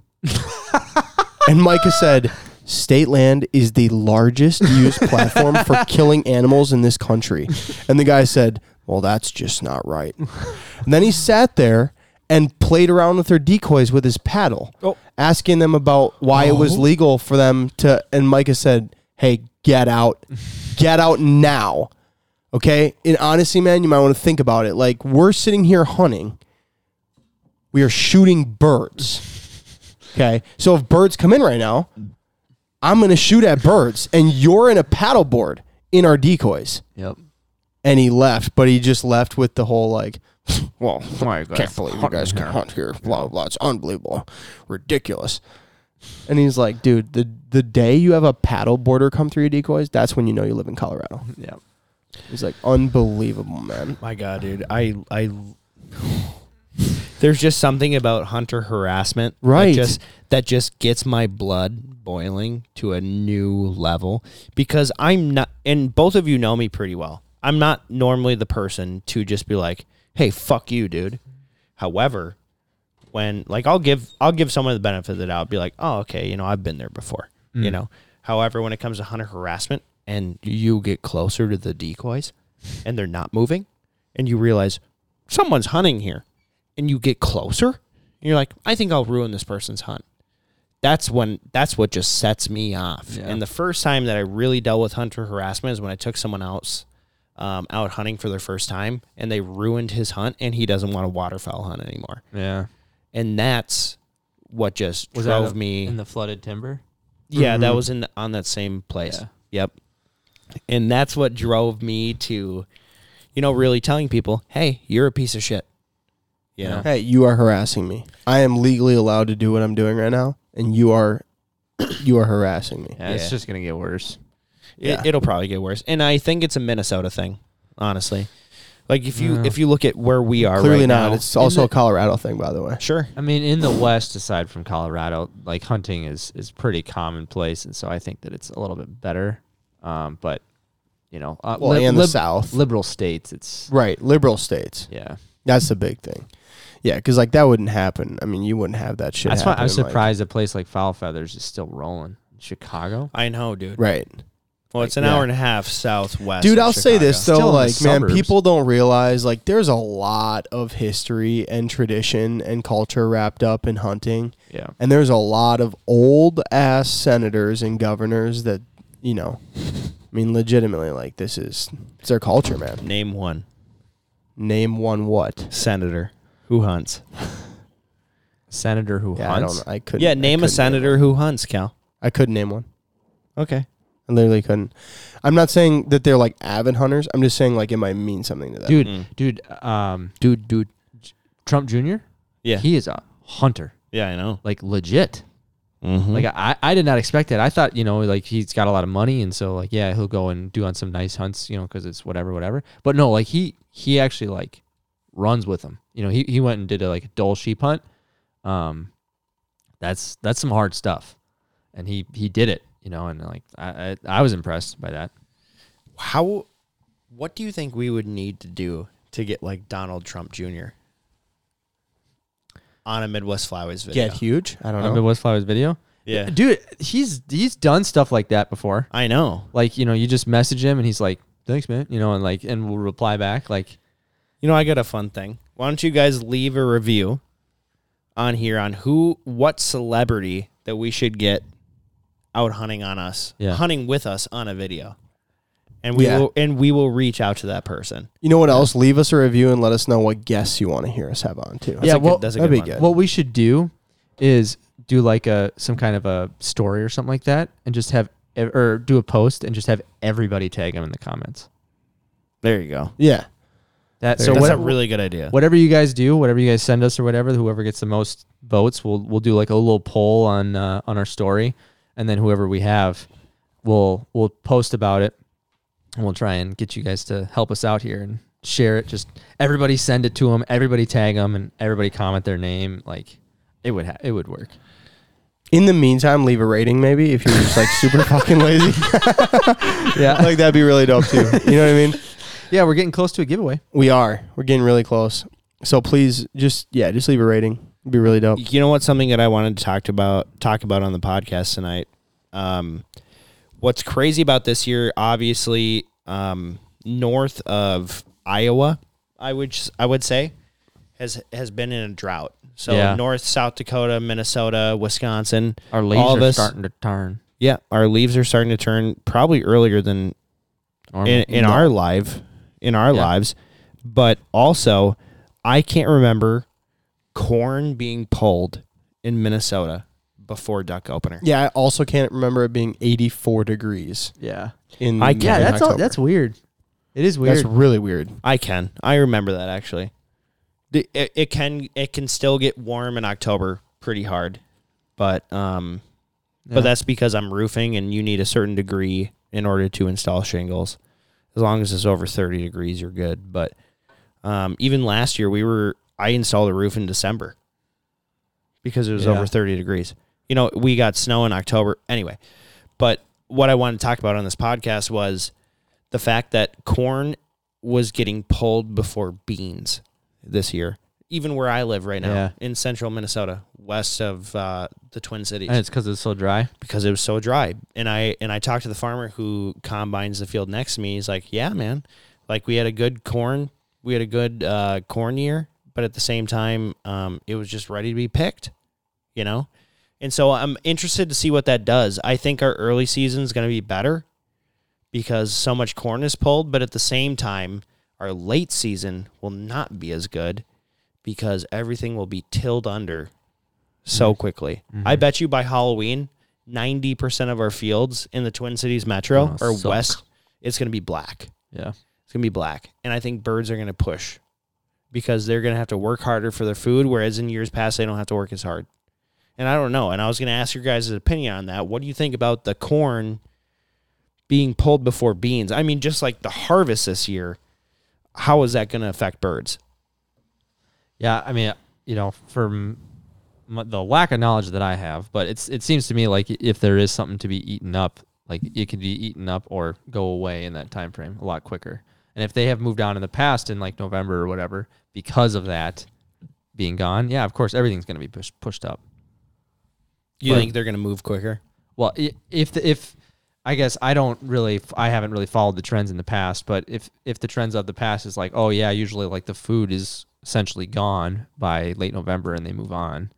[SPEAKER 1] And Micah said, State land is the largest used platform for killing animals in this country. And the guy said, Well, that's just not right. And then he sat there and played around with their decoys with his paddle,
[SPEAKER 3] Oh.
[SPEAKER 1] asking them about why it was legal for them to. And Micah said, Hey, get out. Get out now. Okay? In honesty, man, you might want to think about it. Like, we're sitting here hunting, we are shooting birds. Okay. So if birds come in right now, I'm going to shoot at birds and you're in a paddleboard in our decoys.
[SPEAKER 4] Yep.
[SPEAKER 1] And he left, but he just left with the whole like, well,
[SPEAKER 2] Oh my God.
[SPEAKER 1] can't believe you guys can hunt here. Blah, blah. It's unbelievable. Ridiculous. And he's like, dude, the the day you have a paddle boarder come through your decoys, that's when you know you live in Colorado.
[SPEAKER 2] Yeah.
[SPEAKER 1] He's like, unbelievable, man.
[SPEAKER 3] My God, dude, I I. There's just something about hunter harassment, that
[SPEAKER 1] Right.
[SPEAKER 3] just that just gets my blood boiling to a new level because I'm not, and both of you know me pretty well. I'm not normally the person to just be like, "Hey, fuck you, dude." However, when like I'll give I'll give someone the benefit of the doubt, be like, "Oh, okay, you know, I've been there before." You know. However, when it comes to hunter harassment and you get closer to the decoys and they're not moving and you realize someone's hunting here and you get closer and you're like, "I think I'll ruin this person's hunt." That's when that's what just sets me off.
[SPEAKER 2] Yeah.
[SPEAKER 3] And the first time that I really dealt with hunter harassment is when I took someone else um, out hunting for their first time and they ruined his hunt and he doesn't want to waterfowl hunt anymore
[SPEAKER 2] Yeah.
[SPEAKER 3] and that's what just
[SPEAKER 2] Was that
[SPEAKER 3] drove
[SPEAKER 2] a-
[SPEAKER 3] me.
[SPEAKER 2] the flooded timber.
[SPEAKER 3] yeah, that
[SPEAKER 1] Mhm.
[SPEAKER 3] was in the, on that same place.
[SPEAKER 2] Yeah.
[SPEAKER 3] Yep, and that's what drove me to, you know, really telling people, "Hey, you're a piece of shit." You know?
[SPEAKER 2] Yeah.
[SPEAKER 1] Hey, you are harassing me. I am legally allowed to do what I'm doing right now, and you are you are harassing me.
[SPEAKER 2] Yeah, It's
[SPEAKER 3] Yeah.
[SPEAKER 2] just gonna get worse.
[SPEAKER 1] Yeah.
[SPEAKER 3] It, it'll probably get worse. And I think it's a Minnesota thing, honestly. Like if you
[SPEAKER 2] Yeah.
[SPEAKER 3] if you look at where we are,
[SPEAKER 1] Clearly
[SPEAKER 3] right
[SPEAKER 1] not.
[SPEAKER 3] now-
[SPEAKER 1] It's also a Colorado thing, by the way.
[SPEAKER 3] sure.
[SPEAKER 2] I mean, in the West, aside from Colorado, like hunting is is pretty commonplace, and so I think that it's a little bit better. Um, but you know, uh,
[SPEAKER 1] Well,
[SPEAKER 2] lib-
[SPEAKER 1] and the
[SPEAKER 2] lib-
[SPEAKER 1] South.
[SPEAKER 2] liberal states, it's
[SPEAKER 1] right. Liberal states.
[SPEAKER 2] yeah.
[SPEAKER 1] That's the big thing. Yeah, because like that wouldn't happen. I mean, you wouldn't have that shit.
[SPEAKER 2] That's why I'm
[SPEAKER 1] happen in, like-
[SPEAKER 2] surprised a place like Foul Feathers is still rolling. Chicago,
[SPEAKER 3] I know, dude.
[SPEAKER 1] right.
[SPEAKER 3] Well, it's an
[SPEAKER 2] Yeah.
[SPEAKER 3] hour and a half southwest.
[SPEAKER 1] Dude,
[SPEAKER 3] of
[SPEAKER 1] I'll say this
[SPEAKER 3] Chicago.
[SPEAKER 1] though,
[SPEAKER 2] Still in the
[SPEAKER 1] like man,
[SPEAKER 2] suburbs.
[SPEAKER 1] people don't realize like there's a lot of history and tradition and culture wrapped up in hunting,
[SPEAKER 2] yeah,
[SPEAKER 1] and there's a lot of old ass senators and governors that you know, I mean, legitimately, like this is it's their culture, man.
[SPEAKER 3] Name one
[SPEAKER 1] Name one what?
[SPEAKER 3] senator who hunts.
[SPEAKER 2] senator who
[SPEAKER 1] Yeah,
[SPEAKER 2] hunts.
[SPEAKER 1] I don't. I couldn't. I
[SPEAKER 3] Yeah, name a
[SPEAKER 1] couldn't
[SPEAKER 3] senator who hunts, Cal.
[SPEAKER 1] I couldn't name one.
[SPEAKER 3] Okay.
[SPEAKER 1] I literally couldn't. I'm not saying that they're like avid hunters. I'm just saying like it might mean something to them.
[SPEAKER 2] Dude,
[SPEAKER 3] Mm.
[SPEAKER 2] dude, um,
[SPEAKER 3] Dude, dude.
[SPEAKER 2] Trump Jr.
[SPEAKER 3] Yeah.
[SPEAKER 2] he is a hunter,
[SPEAKER 3] yeah, I know.
[SPEAKER 2] like legit.
[SPEAKER 3] Mm-hmm.
[SPEAKER 2] Like I, I did not expect that. I thought, you know, like he's got a lot of money, and so like yeah, he'll go and do on some nice hunts, you know, because it's whatever, whatever. But no, like he he actually like runs with them. You know, he he went and did a like a dull sheep hunt. Um, that's that's some hard stuff, and he he did it. You know, and like I I, I was impressed by that.
[SPEAKER 3] how what do you think we would need to do to get like Donald Trump Jr. on a Midwest Flowers video?
[SPEAKER 1] get huge. I don't
[SPEAKER 2] On
[SPEAKER 1] know.
[SPEAKER 2] Midwest Flowers video,
[SPEAKER 3] yeah.
[SPEAKER 2] dude, he's he's done stuff like that before.
[SPEAKER 3] I know.
[SPEAKER 2] Like you know, you just message him and he's like, thanks, man. You know, and like and we'll reply back like.
[SPEAKER 3] You know, I got a fun thing. Why don't you guys leave a review on here on who what celebrity that we should get out hunting on us.
[SPEAKER 2] Yeah.
[SPEAKER 3] Hunting with us on a video. And we
[SPEAKER 1] Yeah.
[SPEAKER 3] will and we will reach out to that person.
[SPEAKER 1] You know what else? Leave us a review and let us know what guests you want to hear us have on too.
[SPEAKER 2] Yeah,
[SPEAKER 3] a good-
[SPEAKER 2] well,
[SPEAKER 3] that's a
[SPEAKER 1] that'd
[SPEAKER 3] good
[SPEAKER 1] be
[SPEAKER 3] one.
[SPEAKER 1] good.
[SPEAKER 2] What we should do is do like a some kind of a story or something like that, and just have or do a post and just have everybody tag them in the comments.
[SPEAKER 3] There you go.
[SPEAKER 1] Yeah.
[SPEAKER 2] That
[SPEAKER 1] There
[SPEAKER 2] so
[SPEAKER 1] you go.
[SPEAKER 3] That's
[SPEAKER 2] whatever,
[SPEAKER 3] a really good idea.
[SPEAKER 2] whatever you guys do, whatever you guys send us or whatever, whoever gets the most votes, we'll we'll do like a little poll on uh, on our story, and then whoever we have, we'll we'll post about it, and we'll try and get you guys to help us out here and share it. Just everybody send it to them, everybody tag them, and everybody comment their name. Like it would ha- it would work.
[SPEAKER 1] In the meantime, leave a rating maybe if you're just like super fucking lazy.
[SPEAKER 2] Yeah.
[SPEAKER 1] like that'd be really dope too. You know what I mean?
[SPEAKER 2] Yeah, we're getting close to a giveaway.
[SPEAKER 1] We are. We're getting really close. So please just yeah, just leave a rating. It'd be really dope.
[SPEAKER 3] You know what? Something that I wanted to talk about talk about on the podcast tonight. Um, what's crazy about this year? Obviously, um, north of Iowa, I would s- I would say has has been in a drought. So
[SPEAKER 2] Yeah.
[SPEAKER 3] north, South Dakota, Minnesota, Wisconsin,
[SPEAKER 2] Our leaves
[SPEAKER 3] All
[SPEAKER 2] are
[SPEAKER 3] this-
[SPEAKER 2] starting to turn.
[SPEAKER 3] yeah, our leaves are starting to turn probably earlier than
[SPEAKER 2] Normal.
[SPEAKER 3] in, in our life in our
[SPEAKER 2] Yeah.
[SPEAKER 3] lives but also i can't remember corn being pulled in minnesota before duck opener
[SPEAKER 1] Yeah, I also can't remember it being 84 degrees
[SPEAKER 2] yeah.
[SPEAKER 1] in
[SPEAKER 3] I-
[SPEAKER 2] Yeah,
[SPEAKER 3] in
[SPEAKER 2] that's all, that's weird. It is weird.
[SPEAKER 1] That's really weird.
[SPEAKER 3] i can i remember that actually The- it, it can it can still get warm in october pretty hard but um,
[SPEAKER 2] Yeah.
[SPEAKER 3] but that's because I'm roofing, and you need a certain degree in order to install shingles. As long as it's over 30 degrees, you're good. But um, even last year, we were I installed a roof in December because it was
[SPEAKER 2] Yeah.
[SPEAKER 3] over 30 degrees. You know, we got snow in October anyway. But what I wanted to talk about on this podcast was the fact that corn was getting pulled before beans this year. Even where I live right now
[SPEAKER 2] Yeah.
[SPEAKER 3] in central Minnesota, west of uh, the Twin Cities
[SPEAKER 2] and it's because it's so dry.
[SPEAKER 3] because it was so dry. And I and I talked to the farmer who combines the field next to me. He's like, "Yeah, man. Like we had a good corn, we had a good uh, corn year, but at the same time, um, it was just ready to be picked, you know." And so I'm interested to see what that does. I think our early season is going to be better because so much corn is pulled, but at the same time, our late season will not be as good because everything will be tilled under so quickly. I bet you by Halloween, 90% of our fields in the Twin Cities metro
[SPEAKER 2] Gonna
[SPEAKER 3] or
[SPEAKER 2] suck.
[SPEAKER 3] west, it's going to be black.
[SPEAKER 2] Yeah.
[SPEAKER 3] It's going to be black. And I think birds are going to push because they're going to have to work harder for their food, whereas in years past, they don't have to work as hard. And I don't know. And I was going to ask your guys' opinion on that. What do you think about the corn being pulled before beans? I mean, just like the harvest this year, how is that going to affect birds?
[SPEAKER 2] Yeah, I mean, you know, from m- the lack of knowledge that I have, but it's it seems to me like if there is something to be eaten up, like it could be eaten up or go away in that time frame a lot quicker. And if they have moved on in the past in like November or whatever because of that being gone, yeah, of course everything's going to be pushed pushed up.
[SPEAKER 3] You
[SPEAKER 2] Like-
[SPEAKER 3] think they're going to move quicker?
[SPEAKER 2] Well, i- if the, if I guess I don't really I haven't really followed the trends in the past, but if if the trends of the past is like, oh yeah, usually like the food is essentially gone by late November and they move on,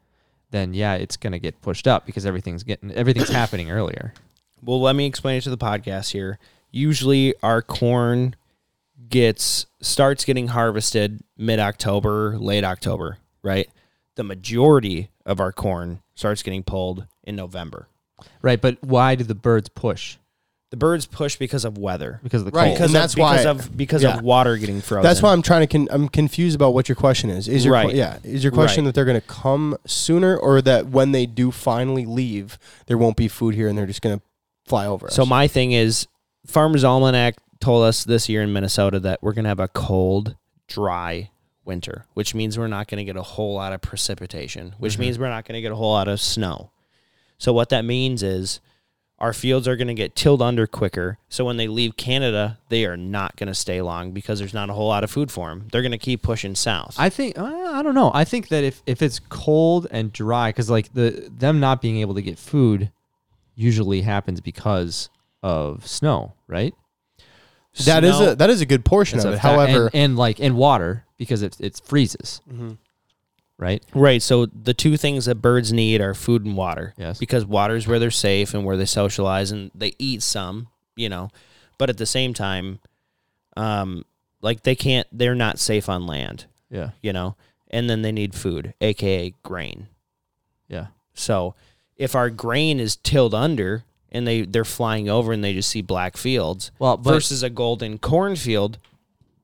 [SPEAKER 2] then yeah, it's going to get pushed up because everything's getting everything's happening earlier.
[SPEAKER 3] Well, let me explain it to the podcast here. Usually our corn gets starts getting harvested mid October, late October, right? The majority of our corn starts getting pulled in November.
[SPEAKER 2] Right, but why do the birds push?
[SPEAKER 3] The birds push because of weather.
[SPEAKER 2] Because of the
[SPEAKER 1] Right,
[SPEAKER 2] cold.
[SPEAKER 3] Because
[SPEAKER 1] And that's
[SPEAKER 3] of, because
[SPEAKER 1] why-
[SPEAKER 3] of because
[SPEAKER 1] yeah.
[SPEAKER 3] of water getting frozen.
[SPEAKER 1] That's why I'm trying to. Con- I'm confused about what your question is. Is your que-
[SPEAKER 3] Right.
[SPEAKER 1] yeah? Is your question
[SPEAKER 3] Right.
[SPEAKER 1] that they're going to come sooner, or that when they do finally leave, there won't be food here, and they're just going to fly over?
[SPEAKER 3] So
[SPEAKER 1] us?
[SPEAKER 3] my thing is, Farmers Almanac told us this year in Minnesota that we're gonna have a cold, dry winter, which means we're not gonna get a whole lot of precipitation, which
[SPEAKER 1] Mm-hmm.
[SPEAKER 3] means we're not gonna get a whole lot of snow. So what that means is our fields are gonna get tilled under quicker. So when they leave Canada, they are not gonna stay long because there's not a whole lot of food for them. They're gonna keep pushing south.
[SPEAKER 2] I think uh, I don't know. I think that if if it's cold and dry, because like the them not being able to get food usually happens because of snow, right?
[SPEAKER 1] that is
[SPEAKER 3] Snow-
[SPEAKER 1] a that is a good portion
[SPEAKER 2] It's
[SPEAKER 1] of
[SPEAKER 2] a
[SPEAKER 1] it.
[SPEAKER 2] fa-
[SPEAKER 1] However,
[SPEAKER 2] and, and like and water because it it freezes, right?
[SPEAKER 3] Right. So the two things that birds need are food and water.
[SPEAKER 2] Yes.
[SPEAKER 3] Because water is where they're safe and where they socialize and they eat some, you know. But at the same time, um, like they can't they're not safe on land,
[SPEAKER 2] Yeah,
[SPEAKER 3] you know. And then they need food, aka grain.
[SPEAKER 2] yeah,
[SPEAKER 3] So if our grain is tilled under and they, they're flying over and they just see black fields
[SPEAKER 2] Well, but-
[SPEAKER 3] versus a golden cornfield,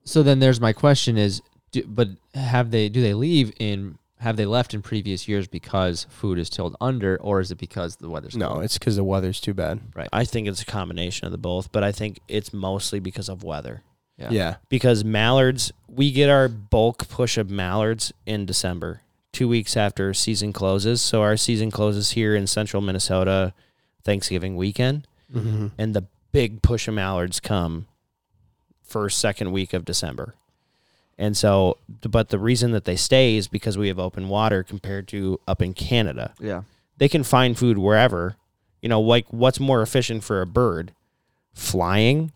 [SPEAKER 2] So then there's my question: is do, but have they do they leave in have they left in previous years because food is tilled under, or is it because the weather's
[SPEAKER 1] no,
[SPEAKER 2] cold?
[SPEAKER 1] it's because the weather's too bad.
[SPEAKER 3] I think it's a combination of the both, but I think it's mostly because of weather.
[SPEAKER 2] Yeah.
[SPEAKER 1] Yeah,
[SPEAKER 3] because mallards we get our bulk push of mallards in december two weeks after season closes so our season closes here in central minnesota thanksgiving weekend and the big push of mallards come first second week of december and so but the reason that they stay is because we have open water compared to up in canada
[SPEAKER 2] Yeah,
[SPEAKER 3] they can find food wherever. You know, like what's more efficient for a bird? Flying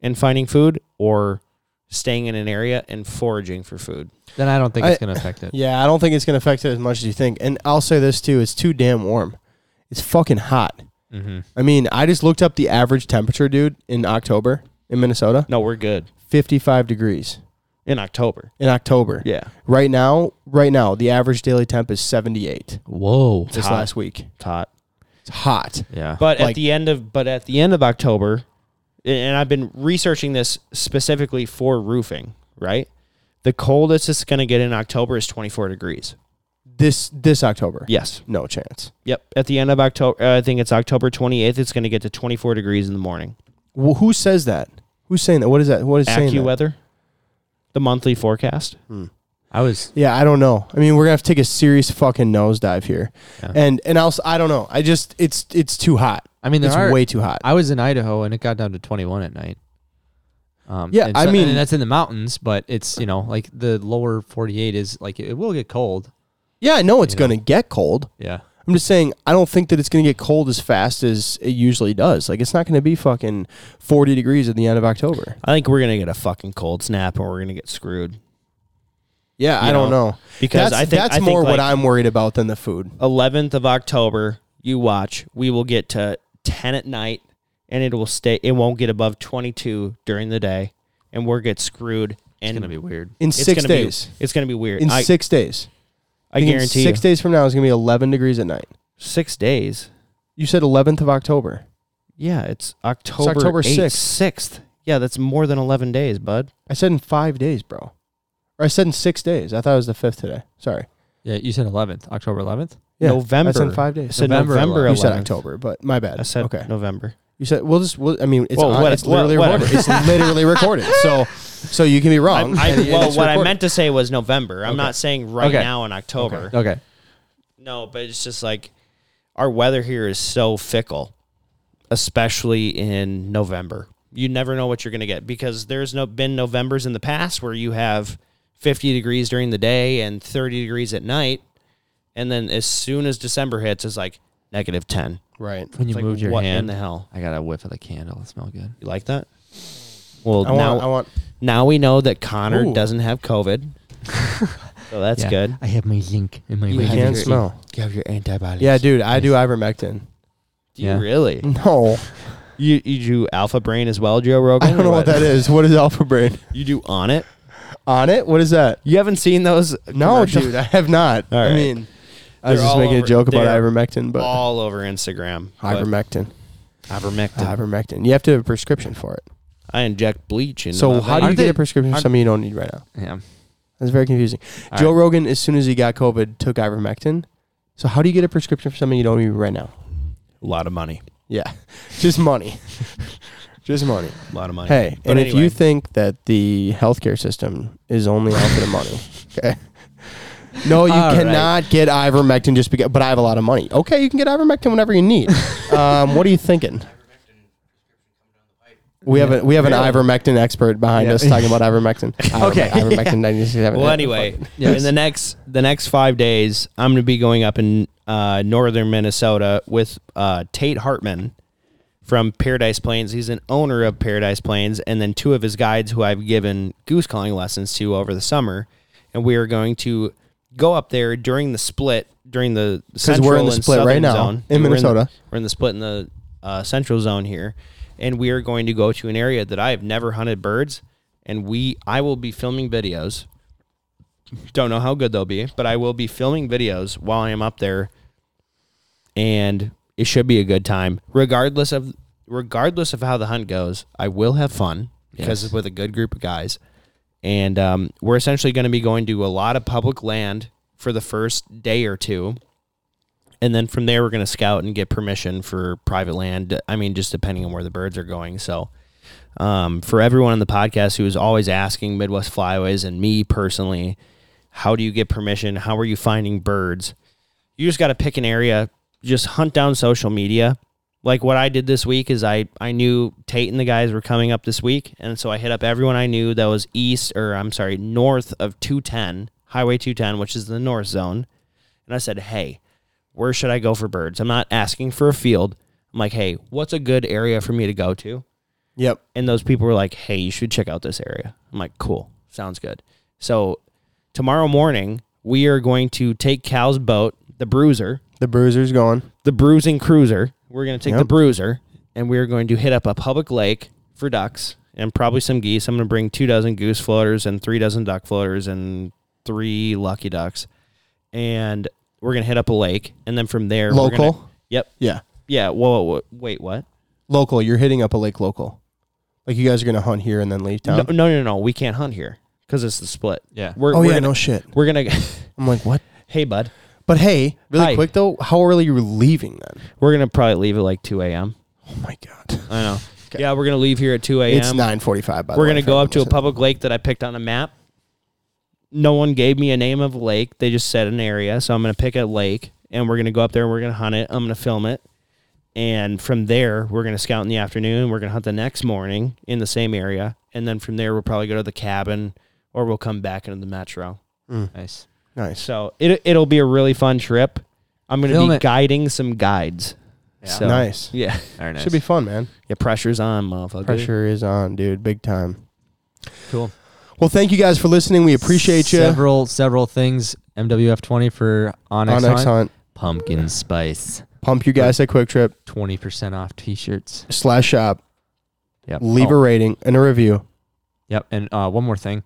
[SPEAKER 3] and finding food or staying in an area and foraging for food.
[SPEAKER 2] then I don't think it's
[SPEAKER 1] I-
[SPEAKER 2] going to affect it.
[SPEAKER 1] yeah. I don't think it's going to affect it as much as you think. And I'll say this too: it's too damn warm. It's fucking hot.
[SPEAKER 2] Mm-hmm.
[SPEAKER 1] I mean, I just looked up the average temperature, dude, in October in Minnesota,
[SPEAKER 3] No, we're good.
[SPEAKER 1] fifty-five degrees
[SPEAKER 3] In October.
[SPEAKER 1] in October.
[SPEAKER 3] Yeah.
[SPEAKER 1] Right now, right now, the average daily temp is 78.
[SPEAKER 2] Whoa.
[SPEAKER 1] This
[SPEAKER 3] hot.
[SPEAKER 1] last week,
[SPEAKER 3] It's hot.
[SPEAKER 1] it's hot.
[SPEAKER 2] Yeah.
[SPEAKER 3] But
[SPEAKER 1] Like-
[SPEAKER 3] at the end of but at the end of October, and I've been researching this specifically for roofing, right? The coldest it's gonna get in October is twenty four degrees.
[SPEAKER 1] This this October.
[SPEAKER 3] Yes.
[SPEAKER 1] No chance.
[SPEAKER 3] Yep. At the end of October, uh, I think it's October 28th. It's going to get to 24 degrees in the morning.
[SPEAKER 1] Well, who says that? Who's saying that? What is that? What is saying that? Mm-hmm.
[SPEAKER 3] AccuWeather, the monthly forecast.
[SPEAKER 2] I was
[SPEAKER 1] Yeah, I don't know. I mean, we're gonna have to take a serious fucking nosedive here,
[SPEAKER 2] Yeah.
[SPEAKER 1] and and also I don't know. I just it's it's too hot.
[SPEAKER 2] I mean there
[SPEAKER 1] it's
[SPEAKER 2] are
[SPEAKER 1] way too hot.
[SPEAKER 2] I was in Idaho and it got down to 21 at night. Um,
[SPEAKER 1] Yeah,
[SPEAKER 2] and
[SPEAKER 1] I mean-
[SPEAKER 2] and that's in the mountains, but it's you know like the lower 48 is like it will get cold.
[SPEAKER 1] yeah, I know it's
[SPEAKER 2] you know.
[SPEAKER 1] gonna get cold.
[SPEAKER 2] Yeah,
[SPEAKER 1] I'm just saying I don't think that it's gonna get cold as fast as it usually does. Like it's not gonna be fucking 40 degrees at the end of October.
[SPEAKER 3] I think we're going to get a fucking cold snap and we're going to get screwed.
[SPEAKER 1] Yeah, I
[SPEAKER 3] You
[SPEAKER 1] don't
[SPEAKER 3] know,
[SPEAKER 1] know.
[SPEAKER 3] Because
[SPEAKER 1] that's,
[SPEAKER 3] I think
[SPEAKER 1] that's
[SPEAKER 3] I think,
[SPEAKER 1] more what
[SPEAKER 3] like,
[SPEAKER 1] I'm worried about than the food.
[SPEAKER 3] 11th of October, you watch, we will get to 10 at night and it will stay it won't get above 22 during the day and we'll get screwed
[SPEAKER 2] it's
[SPEAKER 3] and
[SPEAKER 2] gonna be weird.
[SPEAKER 1] In
[SPEAKER 3] it's
[SPEAKER 1] six
[SPEAKER 3] gonna be-
[SPEAKER 1] days.
[SPEAKER 3] it's going to be weird.
[SPEAKER 1] in
[SPEAKER 3] I,
[SPEAKER 1] six days.
[SPEAKER 3] I
[SPEAKER 1] think in
[SPEAKER 3] guarantee
[SPEAKER 1] Six
[SPEAKER 3] you.
[SPEAKER 1] days from now is gonna be 11 degrees at night.
[SPEAKER 3] 6 days.
[SPEAKER 1] You said 11th of October.
[SPEAKER 3] Yeah, it's October,
[SPEAKER 1] October
[SPEAKER 3] 8th,
[SPEAKER 1] 6th.
[SPEAKER 3] 6th. Yeah, that's more than 11 days, bud.
[SPEAKER 1] I said in five days, bro. Or I said in six days. I thought it was the fifth today. Sorry.
[SPEAKER 2] Yeah, you said 11th, October 11th.
[SPEAKER 1] Yeah,
[SPEAKER 3] November.
[SPEAKER 1] I said in five
[SPEAKER 3] I
[SPEAKER 1] days.
[SPEAKER 3] said November,
[SPEAKER 2] November
[SPEAKER 1] you
[SPEAKER 2] 11th.
[SPEAKER 1] said
[SPEAKER 3] 11th.
[SPEAKER 1] October, but my bad.
[SPEAKER 3] I said
[SPEAKER 1] okay.
[SPEAKER 3] November.
[SPEAKER 1] You said we'll just. We'll, I mean, it's
[SPEAKER 3] Well,
[SPEAKER 1] on-
[SPEAKER 3] what-
[SPEAKER 1] it's literally
[SPEAKER 3] what-
[SPEAKER 1] recorded. it's literally recorded. So, so you can be wrong.
[SPEAKER 3] I,
[SPEAKER 1] and- and
[SPEAKER 3] well,
[SPEAKER 1] it's
[SPEAKER 3] what I
[SPEAKER 1] recorded.
[SPEAKER 3] meant to say was November. I'm
[SPEAKER 2] Okay.
[SPEAKER 3] not saying right
[SPEAKER 2] Okay.
[SPEAKER 3] now in October.
[SPEAKER 2] Okay,
[SPEAKER 3] No, but it's just like our weather here is so fickle, especially in November. You never know what you're going to get because there's no been Novembers in the past where you have 50 degrees during the day and 30 degrees at night, and then as soon as December hits, it's like negative 10.
[SPEAKER 1] Right.
[SPEAKER 2] when you
[SPEAKER 3] It's like,
[SPEAKER 2] moved your
[SPEAKER 3] what in
[SPEAKER 2] hand,
[SPEAKER 3] the hell?
[SPEAKER 2] I got a whiff of the candle. It smelled good.
[SPEAKER 3] You like that? Well,
[SPEAKER 1] I want.
[SPEAKER 3] now
[SPEAKER 1] I want.
[SPEAKER 3] now we know that Connor
[SPEAKER 1] Ooh.
[SPEAKER 3] doesn't have COVID, so that's
[SPEAKER 2] Yeah.
[SPEAKER 3] good.
[SPEAKER 4] I have my zinc in my
[SPEAKER 3] You
[SPEAKER 1] I
[SPEAKER 3] have
[SPEAKER 1] can't
[SPEAKER 3] your-
[SPEAKER 1] smell.
[SPEAKER 3] You have your antibodies.
[SPEAKER 1] Yeah, dude. I do ivermectin.
[SPEAKER 3] Do you
[SPEAKER 2] Yeah.
[SPEAKER 3] really?
[SPEAKER 1] No,
[SPEAKER 3] You you do Alpha Brain as well, Joe Rogan.
[SPEAKER 1] I don't know
[SPEAKER 3] or
[SPEAKER 1] what that is. What is alpha brain?
[SPEAKER 3] You do on it.
[SPEAKER 1] On it? What is that?
[SPEAKER 3] You haven't seen those?
[SPEAKER 1] No,
[SPEAKER 3] commercials?
[SPEAKER 1] dude. I have not.
[SPEAKER 3] All
[SPEAKER 1] I
[SPEAKER 3] right.
[SPEAKER 1] mean, I was
[SPEAKER 3] They're
[SPEAKER 1] just
[SPEAKER 3] all
[SPEAKER 1] making a
[SPEAKER 3] over-
[SPEAKER 1] joke about
[SPEAKER 3] they're
[SPEAKER 1] ivermectin, but
[SPEAKER 3] all over Instagram. but
[SPEAKER 1] ivermectin.
[SPEAKER 3] ivermectin.
[SPEAKER 1] Ivermectin. You have to have a prescription for it.
[SPEAKER 3] I inject bleach in.
[SPEAKER 1] So how
[SPEAKER 3] my
[SPEAKER 1] do
[SPEAKER 3] veins.
[SPEAKER 1] you
[SPEAKER 2] Aren't
[SPEAKER 1] get
[SPEAKER 2] they-
[SPEAKER 1] a prescription for
[SPEAKER 2] aren't-
[SPEAKER 1] something you don't need right now?
[SPEAKER 2] Yeah,
[SPEAKER 1] That's very confusing.
[SPEAKER 2] All
[SPEAKER 1] Joe Rogan, as soon as he got COVID, took ivermectin. So how do you get a prescription for something you don't need right now?
[SPEAKER 3] a lot of money?
[SPEAKER 1] Yeah, just money, just money.
[SPEAKER 3] A lot of money.
[SPEAKER 1] Hey,
[SPEAKER 3] But
[SPEAKER 1] and if
[SPEAKER 3] anyway.
[SPEAKER 1] you think that the healthcare system is only out for the money, okay. No, you
[SPEAKER 2] All right.
[SPEAKER 1] cannot get ivermectin just because. But I have a lot of money. Okay, you can get ivermectin whenever you need. um, what are you thinking? We have a we have an ivermectin expert behind us talking about ivermectin.
[SPEAKER 2] Okay.
[SPEAKER 1] Iverme- ivermectin ninety seven.
[SPEAKER 3] Well, anyway,
[SPEAKER 2] Yes.
[SPEAKER 3] in the next the next five days, I'm going to be going up in uh, northern Minnesota with uh, Tate Hartman from Paradise Plains. He's an owner of Paradise Plains, and then two of his guides who I've given goose calling lessons to over the summer, and we are going to go up there during the split during the
[SPEAKER 1] we're in
[SPEAKER 3] central
[SPEAKER 1] the
[SPEAKER 3] and
[SPEAKER 1] split right
[SPEAKER 3] southern
[SPEAKER 1] now
[SPEAKER 3] zone.
[SPEAKER 1] in
[SPEAKER 3] We're the-
[SPEAKER 1] Minnesota.
[SPEAKER 3] we're in the split in the uh, central zone here, and we are going to go to an area that I have never hunted birds, and we I will be filming videos. Don't know how good they'll be, but I will be filming videos while I am up there, and it should be a good time. Regardless of regardless of how the hunt goes, I will have fun because
[SPEAKER 2] Yes.
[SPEAKER 3] it's with a good group of guys, and um, we're essentially going to be going to a lot of public land for the first day or two and then from there we're going to scout and get permission for private land i mean just depending on where the birds are going so um, for everyone on the podcast who is always asking midwest flyaways and me personally how do you get permission how are you finding birds you just got to pick an area just hunt down social media like what i did this week is i i knew tate and the guys were coming up this week and so i hit up everyone i knew that was east or i'm sorry north of 210 highway 210 which is the north zone and i said hey where should I go for birds? I'm not asking for a field. I'm like, hey, what's a good area for me to go to?
[SPEAKER 1] Yep.
[SPEAKER 3] And those people were like, hey, you should check out this area. I'm like, cool, sounds good. So tomorrow morning, we are going to take Cal's boat, the Bruiser,
[SPEAKER 1] The bruiser's going.
[SPEAKER 3] the Bruising Cruiser. We're going to take the
[SPEAKER 1] Yep.
[SPEAKER 3] Bruiser and we're going to hit up a public lake for ducks and probably some geese. I'm going to bring two dozen goose floaters and three dozen duck floaters and three lucky ducks. And we're going to hit up a lake. And then from there, we're gonna-
[SPEAKER 1] Local?
[SPEAKER 3] yep.
[SPEAKER 1] Yeah.
[SPEAKER 3] Yeah. Whoa, whoa, whoa. Wait, what?
[SPEAKER 1] Local. You're hitting up a lake local. Like you guys are gonna hunt here and then leave
[SPEAKER 3] No,
[SPEAKER 1] town.
[SPEAKER 3] no, no, no. We can't hunt here because it's the split.
[SPEAKER 2] Yeah.
[SPEAKER 3] We're,
[SPEAKER 1] oh
[SPEAKER 3] we're
[SPEAKER 1] yeah,
[SPEAKER 3] gonna,
[SPEAKER 1] no shit.
[SPEAKER 3] We're gonna.
[SPEAKER 1] I'm like, what?
[SPEAKER 3] hey, bud.
[SPEAKER 1] But hey, really
[SPEAKER 3] Hi.
[SPEAKER 1] quick though, how early you leaving then?
[SPEAKER 3] We're gonna probably leave at like 2 a.m.
[SPEAKER 1] Oh my god,
[SPEAKER 3] I know.
[SPEAKER 1] 'Kay.
[SPEAKER 3] Yeah, we're gonna leave here at 2 a.m.
[SPEAKER 1] it's nine forty-five. By the
[SPEAKER 3] We're
[SPEAKER 1] way,
[SPEAKER 3] gonna
[SPEAKER 1] for
[SPEAKER 3] go
[SPEAKER 1] everyone
[SPEAKER 3] up to a
[SPEAKER 1] listening.
[SPEAKER 3] public lake that I picked on a map. No one gave me a name of a lake. They just said an area, so I'm gonna pick a lake and we're gonna go up there and we're gonna hunt it. I'm gonna film it, and from there we're gonna scout in the afternoon. We're gonna hunt the next morning in the same area, and then from there we'll probably go to the cabin or we'll come back into the metro.
[SPEAKER 2] Nice.
[SPEAKER 1] Nice.
[SPEAKER 3] So it it'll be a really fun trip. I'm gonna
[SPEAKER 2] Film
[SPEAKER 3] be
[SPEAKER 2] it.
[SPEAKER 3] guiding some guides.
[SPEAKER 2] Yeah.
[SPEAKER 3] So
[SPEAKER 1] nice.
[SPEAKER 3] yeah,
[SPEAKER 2] Very nice.
[SPEAKER 1] Should be fun, man.
[SPEAKER 3] yeah. Pressure's on, motherfucker.
[SPEAKER 1] Pressure is on, dude, big time.
[SPEAKER 2] cool.
[SPEAKER 1] Well, thank you guys for listening. We appreciate you.
[SPEAKER 2] Several several things. MWF twenty for Onyx,
[SPEAKER 1] on X
[SPEAKER 2] Hunt.
[SPEAKER 1] Hunt.
[SPEAKER 4] Pumpkin spice.
[SPEAKER 1] Pump you guys at Quick Trip
[SPEAKER 2] Twenty percent off T-shirts.
[SPEAKER 1] slash shop.
[SPEAKER 2] Yep.
[SPEAKER 3] Oh.
[SPEAKER 1] Leave a rating and a review.
[SPEAKER 2] Yep. Oh, And uh, one more thing.